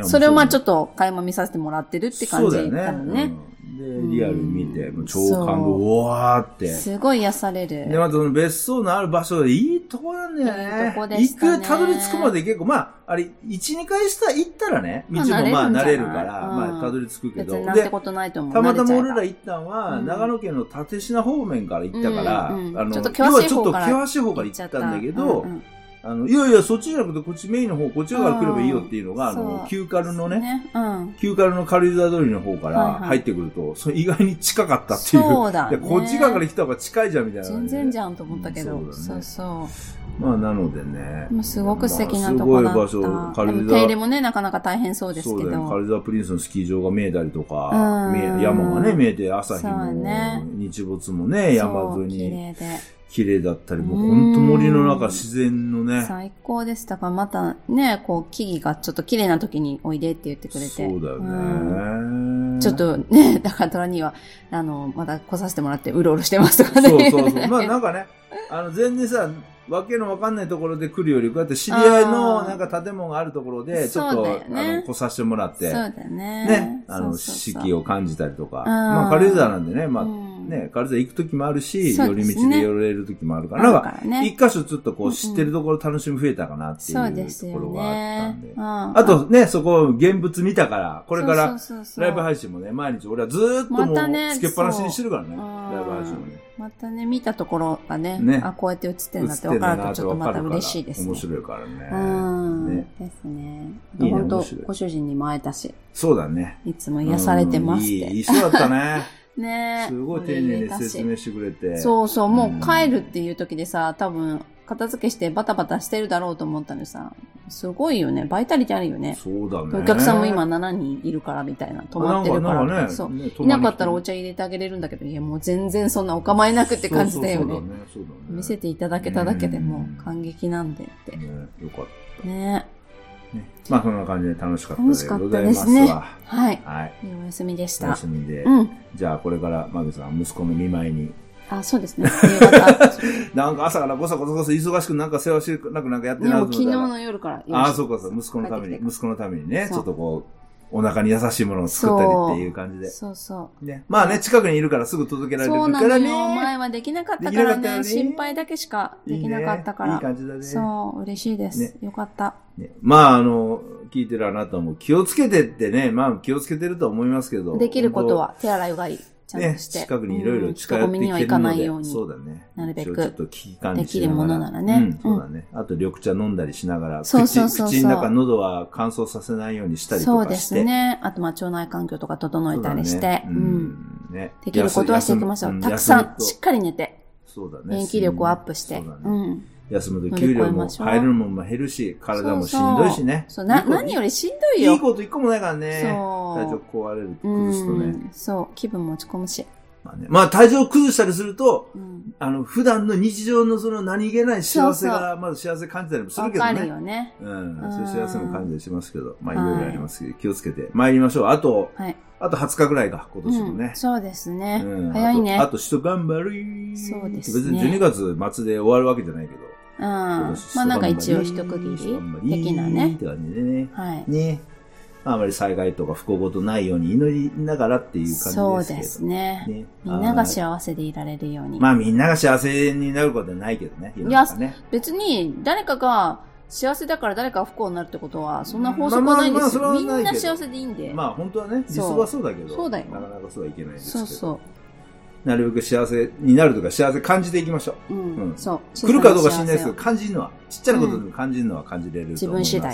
[SPEAKER 1] う。それをまあちょっと垣間見させてもらってるって感じだ
[SPEAKER 2] そうだよ
[SPEAKER 1] もんね。
[SPEAKER 2] うんで、リアルに見て、
[SPEAKER 1] うん
[SPEAKER 2] もう超感
[SPEAKER 1] そ
[SPEAKER 2] 動、
[SPEAKER 1] う
[SPEAKER 2] うわーって。
[SPEAKER 1] すごい癒される。
[SPEAKER 2] で、またその別荘のある場所でいいとこなんだよね。
[SPEAKER 1] いいとこでしたね
[SPEAKER 2] 行く、たどり着くまで結構、まあ、あれ、1、2回した、行ったらね、道
[SPEAKER 1] まあ
[SPEAKER 2] もまあ
[SPEAKER 1] 慣
[SPEAKER 2] 慣
[SPEAKER 1] れ
[SPEAKER 2] れ
[SPEAKER 1] る
[SPEAKER 2] る
[SPEAKER 1] んじ
[SPEAKER 2] か
[SPEAKER 1] ゃない
[SPEAKER 2] ら、
[SPEAKER 1] うん
[SPEAKER 2] まあ、たどり着くけ
[SPEAKER 1] 別
[SPEAKER 2] ど
[SPEAKER 1] にな。んて
[SPEAKER 2] で、
[SPEAKER 1] ことないと思う。
[SPEAKER 2] たまたま
[SPEAKER 1] 慣れち
[SPEAKER 2] 俺
[SPEAKER 1] ゃえば
[SPEAKER 2] ら行ったんは、
[SPEAKER 1] うん
[SPEAKER 2] 長野県の立科方面から行ったから、
[SPEAKER 1] うんうん
[SPEAKER 2] あの、
[SPEAKER 1] ちょっと
[SPEAKER 2] 要
[SPEAKER 1] 険
[SPEAKER 2] は
[SPEAKER 1] しい
[SPEAKER 2] ちょ
[SPEAKER 1] 方
[SPEAKER 2] っと
[SPEAKER 1] から
[SPEAKER 2] 険しい方から
[SPEAKER 1] 行っち
[SPEAKER 2] 行
[SPEAKER 1] ゃ
[SPEAKER 2] っ
[SPEAKER 1] った
[SPEAKER 2] たんだけど、
[SPEAKER 1] うんうん
[SPEAKER 2] あの、いやいや、そっちじゃなくて、こっちメインの方、こっち側から来ればいいよっていうのが、あ
[SPEAKER 1] そ
[SPEAKER 2] の
[SPEAKER 1] う、
[SPEAKER 2] 旧カルのね、
[SPEAKER 1] ね。うん。
[SPEAKER 2] 旧カルの軽井沢通りの方か
[SPEAKER 1] はい
[SPEAKER 2] ら
[SPEAKER 1] はい
[SPEAKER 2] 入ってくると、それ意外に近かったっていう。
[SPEAKER 1] そうだね
[SPEAKER 2] いやこっち側から来た方が近いじゃん、みたいな感
[SPEAKER 1] 全
[SPEAKER 2] じで。
[SPEAKER 1] 然じゃんと思ったけど。
[SPEAKER 2] うん
[SPEAKER 1] そ
[SPEAKER 2] そううだね
[SPEAKER 1] そう。
[SPEAKER 2] まあ、なのでね。
[SPEAKER 1] もうすごく素敵なとこだった。
[SPEAKER 2] まあすごい場所、
[SPEAKER 1] で
[SPEAKER 2] 軽井
[SPEAKER 1] も手入れ
[SPEAKER 2] 沢。
[SPEAKER 1] もね、なかなか大変そうですけ
[SPEAKER 2] だよね。
[SPEAKER 1] ど。
[SPEAKER 2] 軽井沢プリンスのスキー場が見えたりとか、
[SPEAKER 1] うん
[SPEAKER 2] 見え山がね、見えて、朝日
[SPEAKER 1] そ
[SPEAKER 2] も、
[SPEAKER 1] うね
[SPEAKER 2] 日没もね、山
[SPEAKER 1] そう
[SPEAKER 2] 沿い
[SPEAKER 1] 綺
[SPEAKER 2] に
[SPEAKER 1] 麗で。
[SPEAKER 2] 綺麗だったり、もう
[SPEAKER 1] うん
[SPEAKER 2] 本当森の中、自然のね。
[SPEAKER 1] 最高でしたから、またね、こう、木々がちょっと綺麗な時においでって言ってくれて。
[SPEAKER 2] そうだよ
[SPEAKER 1] うん
[SPEAKER 2] ね。
[SPEAKER 1] ちょっとね、だからトラには、あの、また来させてもらってうろうろしてますとかね。
[SPEAKER 2] そうそうそう。まあ
[SPEAKER 1] ね
[SPEAKER 2] なんかね、あの、全然さ、わけのわかんないところで来るより、こうやって知り合い
[SPEAKER 1] あ
[SPEAKER 2] の、
[SPEAKER 1] ー
[SPEAKER 2] なんか建物があるところで、ちょ
[SPEAKER 1] そ
[SPEAKER 2] っ
[SPEAKER 1] う
[SPEAKER 2] と、
[SPEAKER 1] だよね
[SPEAKER 2] あの、来させてもらっ
[SPEAKER 1] そう
[SPEAKER 2] て、
[SPEAKER 1] だよね。
[SPEAKER 2] ね、あの、四季
[SPEAKER 1] を、
[SPEAKER 2] を感じたりとか、
[SPEAKER 1] ん
[SPEAKER 2] まあ軽井沢なんでね、ま
[SPEAKER 1] う
[SPEAKER 2] あ
[SPEAKER 1] ん、
[SPEAKER 2] ね、軽井沢行く時もあるし、
[SPEAKER 1] そう
[SPEAKER 2] 寄
[SPEAKER 1] で
[SPEAKER 2] り
[SPEAKER 1] すね
[SPEAKER 2] 道で寄れる時もあるから、
[SPEAKER 1] あ
[SPEAKER 2] なん
[SPEAKER 1] る
[SPEAKER 2] か、
[SPEAKER 1] からね。
[SPEAKER 2] 一箇所ちょっとこ
[SPEAKER 1] うんう
[SPEAKER 2] うん知ってるところ楽しみ増えたかなってい
[SPEAKER 1] そうで
[SPEAKER 2] う
[SPEAKER 1] す
[SPEAKER 2] と
[SPEAKER 1] よ
[SPEAKER 2] ころがあったん
[SPEAKER 1] ね
[SPEAKER 2] で。。
[SPEAKER 1] あ
[SPEAKER 2] あとね、そこ、現物見たから、これから、ラ
[SPEAKER 1] ラ
[SPEAKER 2] イブ配信もね、毎日俺はずーっとも
[SPEAKER 1] またね
[SPEAKER 2] う、つけっぱなしにしてるからね、
[SPEAKER 1] そう
[SPEAKER 2] ライブ配信もね。
[SPEAKER 1] またね、見たところがね、
[SPEAKER 2] ね
[SPEAKER 1] あ、こうやって映って
[SPEAKER 2] 映
[SPEAKER 1] るんだって分かると、ちょっとまた
[SPEAKER 2] ってんだなって分かるから
[SPEAKER 1] 嬉しいですね。
[SPEAKER 2] 面白いからね。
[SPEAKER 1] うん、
[SPEAKER 2] ね
[SPEAKER 1] ですね。
[SPEAKER 2] いいね
[SPEAKER 1] 本当
[SPEAKER 2] 面白い
[SPEAKER 1] ご主人にも会えたし、
[SPEAKER 2] そうだね。
[SPEAKER 1] いつも癒されてますって。
[SPEAKER 2] うんいい、いい人だったね。
[SPEAKER 1] ねえ
[SPEAKER 2] すごい丁寧に説
[SPEAKER 1] いい
[SPEAKER 2] 明してくれて。
[SPEAKER 1] しそうそう、も
[SPEAKER 2] うん
[SPEAKER 1] う帰るっていう時でさ、多分、片付けしてバタバタしてるだろうと思ったのにさ、すごいよね。バイタリティあるよね。
[SPEAKER 2] そうだね。
[SPEAKER 1] お客さんも今7人いるからみたいな、泊まってるから。
[SPEAKER 2] なんかなんかね、
[SPEAKER 1] そう。
[SPEAKER 2] ね
[SPEAKER 1] いなかったらお茶入れてあげれるんだけど、いやもう全然そんなお構いなくって感じだよね。
[SPEAKER 2] そうそうそうだね。そうだね
[SPEAKER 1] 見せていただけただけでも
[SPEAKER 2] うん
[SPEAKER 1] う感激なんでって。
[SPEAKER 2] ね、よかった。
[SPEAKER 1] ね
[SPEAKER 2] ねまあそんな感じで楽しかった
[SPEAKER 1] 楽しか
[SPEAKER 2] で
[SPEAKER 1] った
[SPEAKER 2] ござい
[SPEAKER 1] で
[SPEAKER 2] ますす
[SPEAKER 1] ね
[SPEAKER 2] わ。
[SPEAKER 1] はい。
[SPEAKER 2] はい。
[SPEAKER 1] いいお休みでし
[SPEAKER 2] お
[SPEAKER 1] た。
[SPEAKER 2] 休みで。
[SPEAKER 1] うん。
[SPEAKER 2] じゃあこれから、マグさん、息子の見舞いに。
[SPEAKER 1] あ、そうですね。夕方。
[SPEAKER 2] なんか朝からごさごさごさ忙しくなんか世話しなくなんかやって
[SPEAKER 1] ね、
[SPEAKER 2] な
[SPEAKER 1] も
[SPEAKER 2] いうと
[SPEAKER 1] 昨日
[SPEAKER 2] 思ったら
[SPEAKER 1] の夜から。
[SPEAKER 2] ああ、そうかそう、息子のため
[SPEAKER 1] 帰ってき
[SPEAKER 2] に、
[SPEAKER 1] て
[SPEAKER 2] 息子のためにね、
[SPEAKER 1] そう
[SPEAKER 2] ちょっとこう、お腹に優しいものを作ったりっていう感じで。
[SPEAKER 1] そうそう。
[SPEAKER 2] ね、まあね、近くにいるからすぐ届けられる
[SPEAKER 1] そうな
[SPEAKER 2] か
[SPEAKER 1] の
[SPEAKER 2] らね。
[SPEAKER 1] よ。前はできなかった
[SPEAKER 2] で
[SPEAKER 1] か
[SPEAKER 2] きなからったよ
[SPEAKER 1] ね。
[SPEAKER 2] ね
[SPEAKER 1] 心配だけしかできなかったか
[SPEAKER 2] いい,、ね、いい
[SPEAKER 1] ら。
[SPEAKER 2] 感じだね
[SPEAKER 1] そう、嬉しいです
[SPEAKER 2] ね。
[SPEAKER 1] よかった。
[SPEAKER 2] ねまあ、あの、聞いてるあなたも気をつけてってね、まあ気をつけてると思いますけど。
[SPEAKER 1] できることは手洗いうがい、ちゃん
[SPEAKER 2] ね、
[SPEAKER 1] として。
[SPEAKER 2] 近くにいろいろ近寄
[SPEAKER 1] うん人
[SPEAKER 2] っ
[SPEAKER 1] 混み
[SPEAKER 2] て
[SPEAKER 1] に
[SPEAKER 2] き
[SPEAKER 1] は
[SPEAKER 2] て
[SPEAKER 1] 行
[SPEAKER 2] る
[SPEAKER 1] かな
[SPEAKER 2] の
[SPEAKER 1] い
[SPEAKER 2] で、
[SPEAKER 1] ように。
[SPEAKER 2] そうだね。
[SPEAKER 1] なるべく
[SPEAKER 2] 一応ちょっと危機管理
[SPEAKER 1] でき
[SPEAKER 2] し
[SPEAKER 1] る
[SPEAKER 2] ながら
[SPEAKER 1] ものならね
[SPEAKER 2] うん、そうだね。あと緑茶飲んだりしながら、
[SPEAKER 1] そうそうそうそう
[SPEAKER 2] 口口の中、喉は乾燥させないようにしたりと
[SPEAKER 1] そう
[SPEAKER 2] か
[SPEAKER 1] で
[SPEAKER 2] して。
[SPEAKER 1] すね。あと、まあ、腸内環境とか整えたりして。
[SPEAKER 2] そうだね
[SPEAKER 1] う。
[SPEAKER 2] うんんね
[SPEAKER 1] できることはしていきましょう。たくさん、しっかり寝て、
[SPEAKER 2] り、そうだね
[SPEAKER 1] 免疫力をアップして。
[SPEAKER 2] そうだ
[SPEAKER 1] う
[SPEAKER 2] ね
[SPEAKER 1] ん。
[SPEAKER 2] 休むと
[SPEAKER 1] 乗り
[SPEAKER 2] 給
[SPEAKER 1] 越え
[SPEAKER 2] 料も
[SPEAKER 1] ましょう
[SPEAKER 2] 入るのも減るし、体もしんどいしね。
[SPEAKER 1] そう、な、
[SPEAKER 2] いいこと
[SPEAKER 1] 何よりしんどい
[SPEAKER 2] い
[SPEAKER 1] よ。
[SPEAKER 2] いこと一個もないからね。
[SPEAKER 1] そう
[SPEAKER 2] 体調壊れる、
[SPEAKER 1] う
[SPEAKER 2] 崩すとね。
[SPEAKER 1] ん。そう、気分も落ち込むし。
[SPEAKER 2] まあね。まあ体調崩したりすると、
[SPEAKER 1] うん。
[SPEAKER 2] あの、普段の日常のその何気ない幸せ
[SPEAKER 1] そう
[SPEAKER 2] が、まだ幸せ感じたりもす
[SPEAKER 1] わ
[SPEAKER 2] るけど
[SPEAKER 1] か
[SPEAKER 2] ね。
[SPEAKER 1] るよね。
[SPEAKER 2] うん
[SPEAKER 1] う。ん
[SPEAKER 2] そういう幸せも感じたりしますけど、まあい
[SPEAKER 1] はい
[SPEAKER 2] ろいろありますけど、気をつけて参りましょう。あと、
[SPEAKER 1] はい。
[SPEAKER 2] あと20日ぐらいか、今年も
[SPEAKER 1] う
[SPEAKER 2] ね
[SPEAKER 1] ん。そうですね
[SPEAKER 2] うん。
[SPEAKER 1] 早いね
[SPEAKER 2] あと、あ。と一頑張る。
[SPEAKER 1] そうですね
[SPEAKER 2] 別に12月末で終わるわけじゃないけど。
[SPEAKER 1] うん。
[SPEAKER 2] 今
[SPEAKER 1] ま
[SPEAKER 2] 年一
[SPEAKER 1] あ
[SPEAKER 2] 頑張り
[SPEAKER 1] なんか一応一区切り的なね
[SPEAKER 2] っ。て感じでね。
[SPEAKER 1] はい。
[SPEAKER 2] ね。まああまり災害とか不幸事ないように祈りながらっていう感じですけど。
[SPEAKER 1] そうですね。
[SPEAKER 2] ね。
[SPEAKER 1] みんなが幸せでいられるように。
[SPEAKER 2] まあみんなが幸せになることはないけどね。世の中ね。
[SPEAKER 1] 別に誰かが幸せだから誰かが不幸になるってことは、そんな法則はないんです
[SPEAKER 2] ま
[SPEAKER 1] よ。
[SPEAKER 2] あまあま
[SPEAKER 1] み
[SPEAKER 2] あそれはないけど
[SPEAKER 1] んな幸せでいいんで。
[SPEAKER 2] まあ本当はね、理
[SPEAKER 1] そう
[SPEAKER 2] 想はそうだけど。
[SPEAKER 1] そうだよ
[SPEAKER 2] なかなかそうはいけないですけ
[SPEAKER 1] そ
[SPEAKER 2] ど。
[SPEAKER 1] うそ
[SPEAKER 2] なるべく幸せになるとか幸せ感じていきましょう。
[SPEAKER 1] う。うん。
[SPEAKER 2] うん
[SPEAKER 1] そう。
[SPEAKER 2] 来るかどうか知らないですけど、
[SPEAKER 1] 幸
[SPEAKER 2] 感じるのは、ちっちゃなことでも感じるのは感じれると思います。
[SPEAKER 1] 自分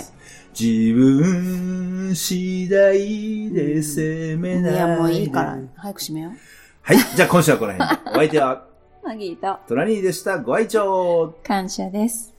[SPEAKER 2] 自分次第で攻
[SPEAKER 1] せ
[SPEAKER 2] め
[SPEAKER 1] よ
[SPEAKER 2] ない。
[SPEAKER 1] いや、もういいから。早く閉めよう。
[SPEAKER 2] はい、じゃあ今週はこの辺で。お相手は、
[SPEAKER 1] マギーと
[SPEAKER 2] トラニーでした。ご愛聴
[SPEAKER 1] 感謝です。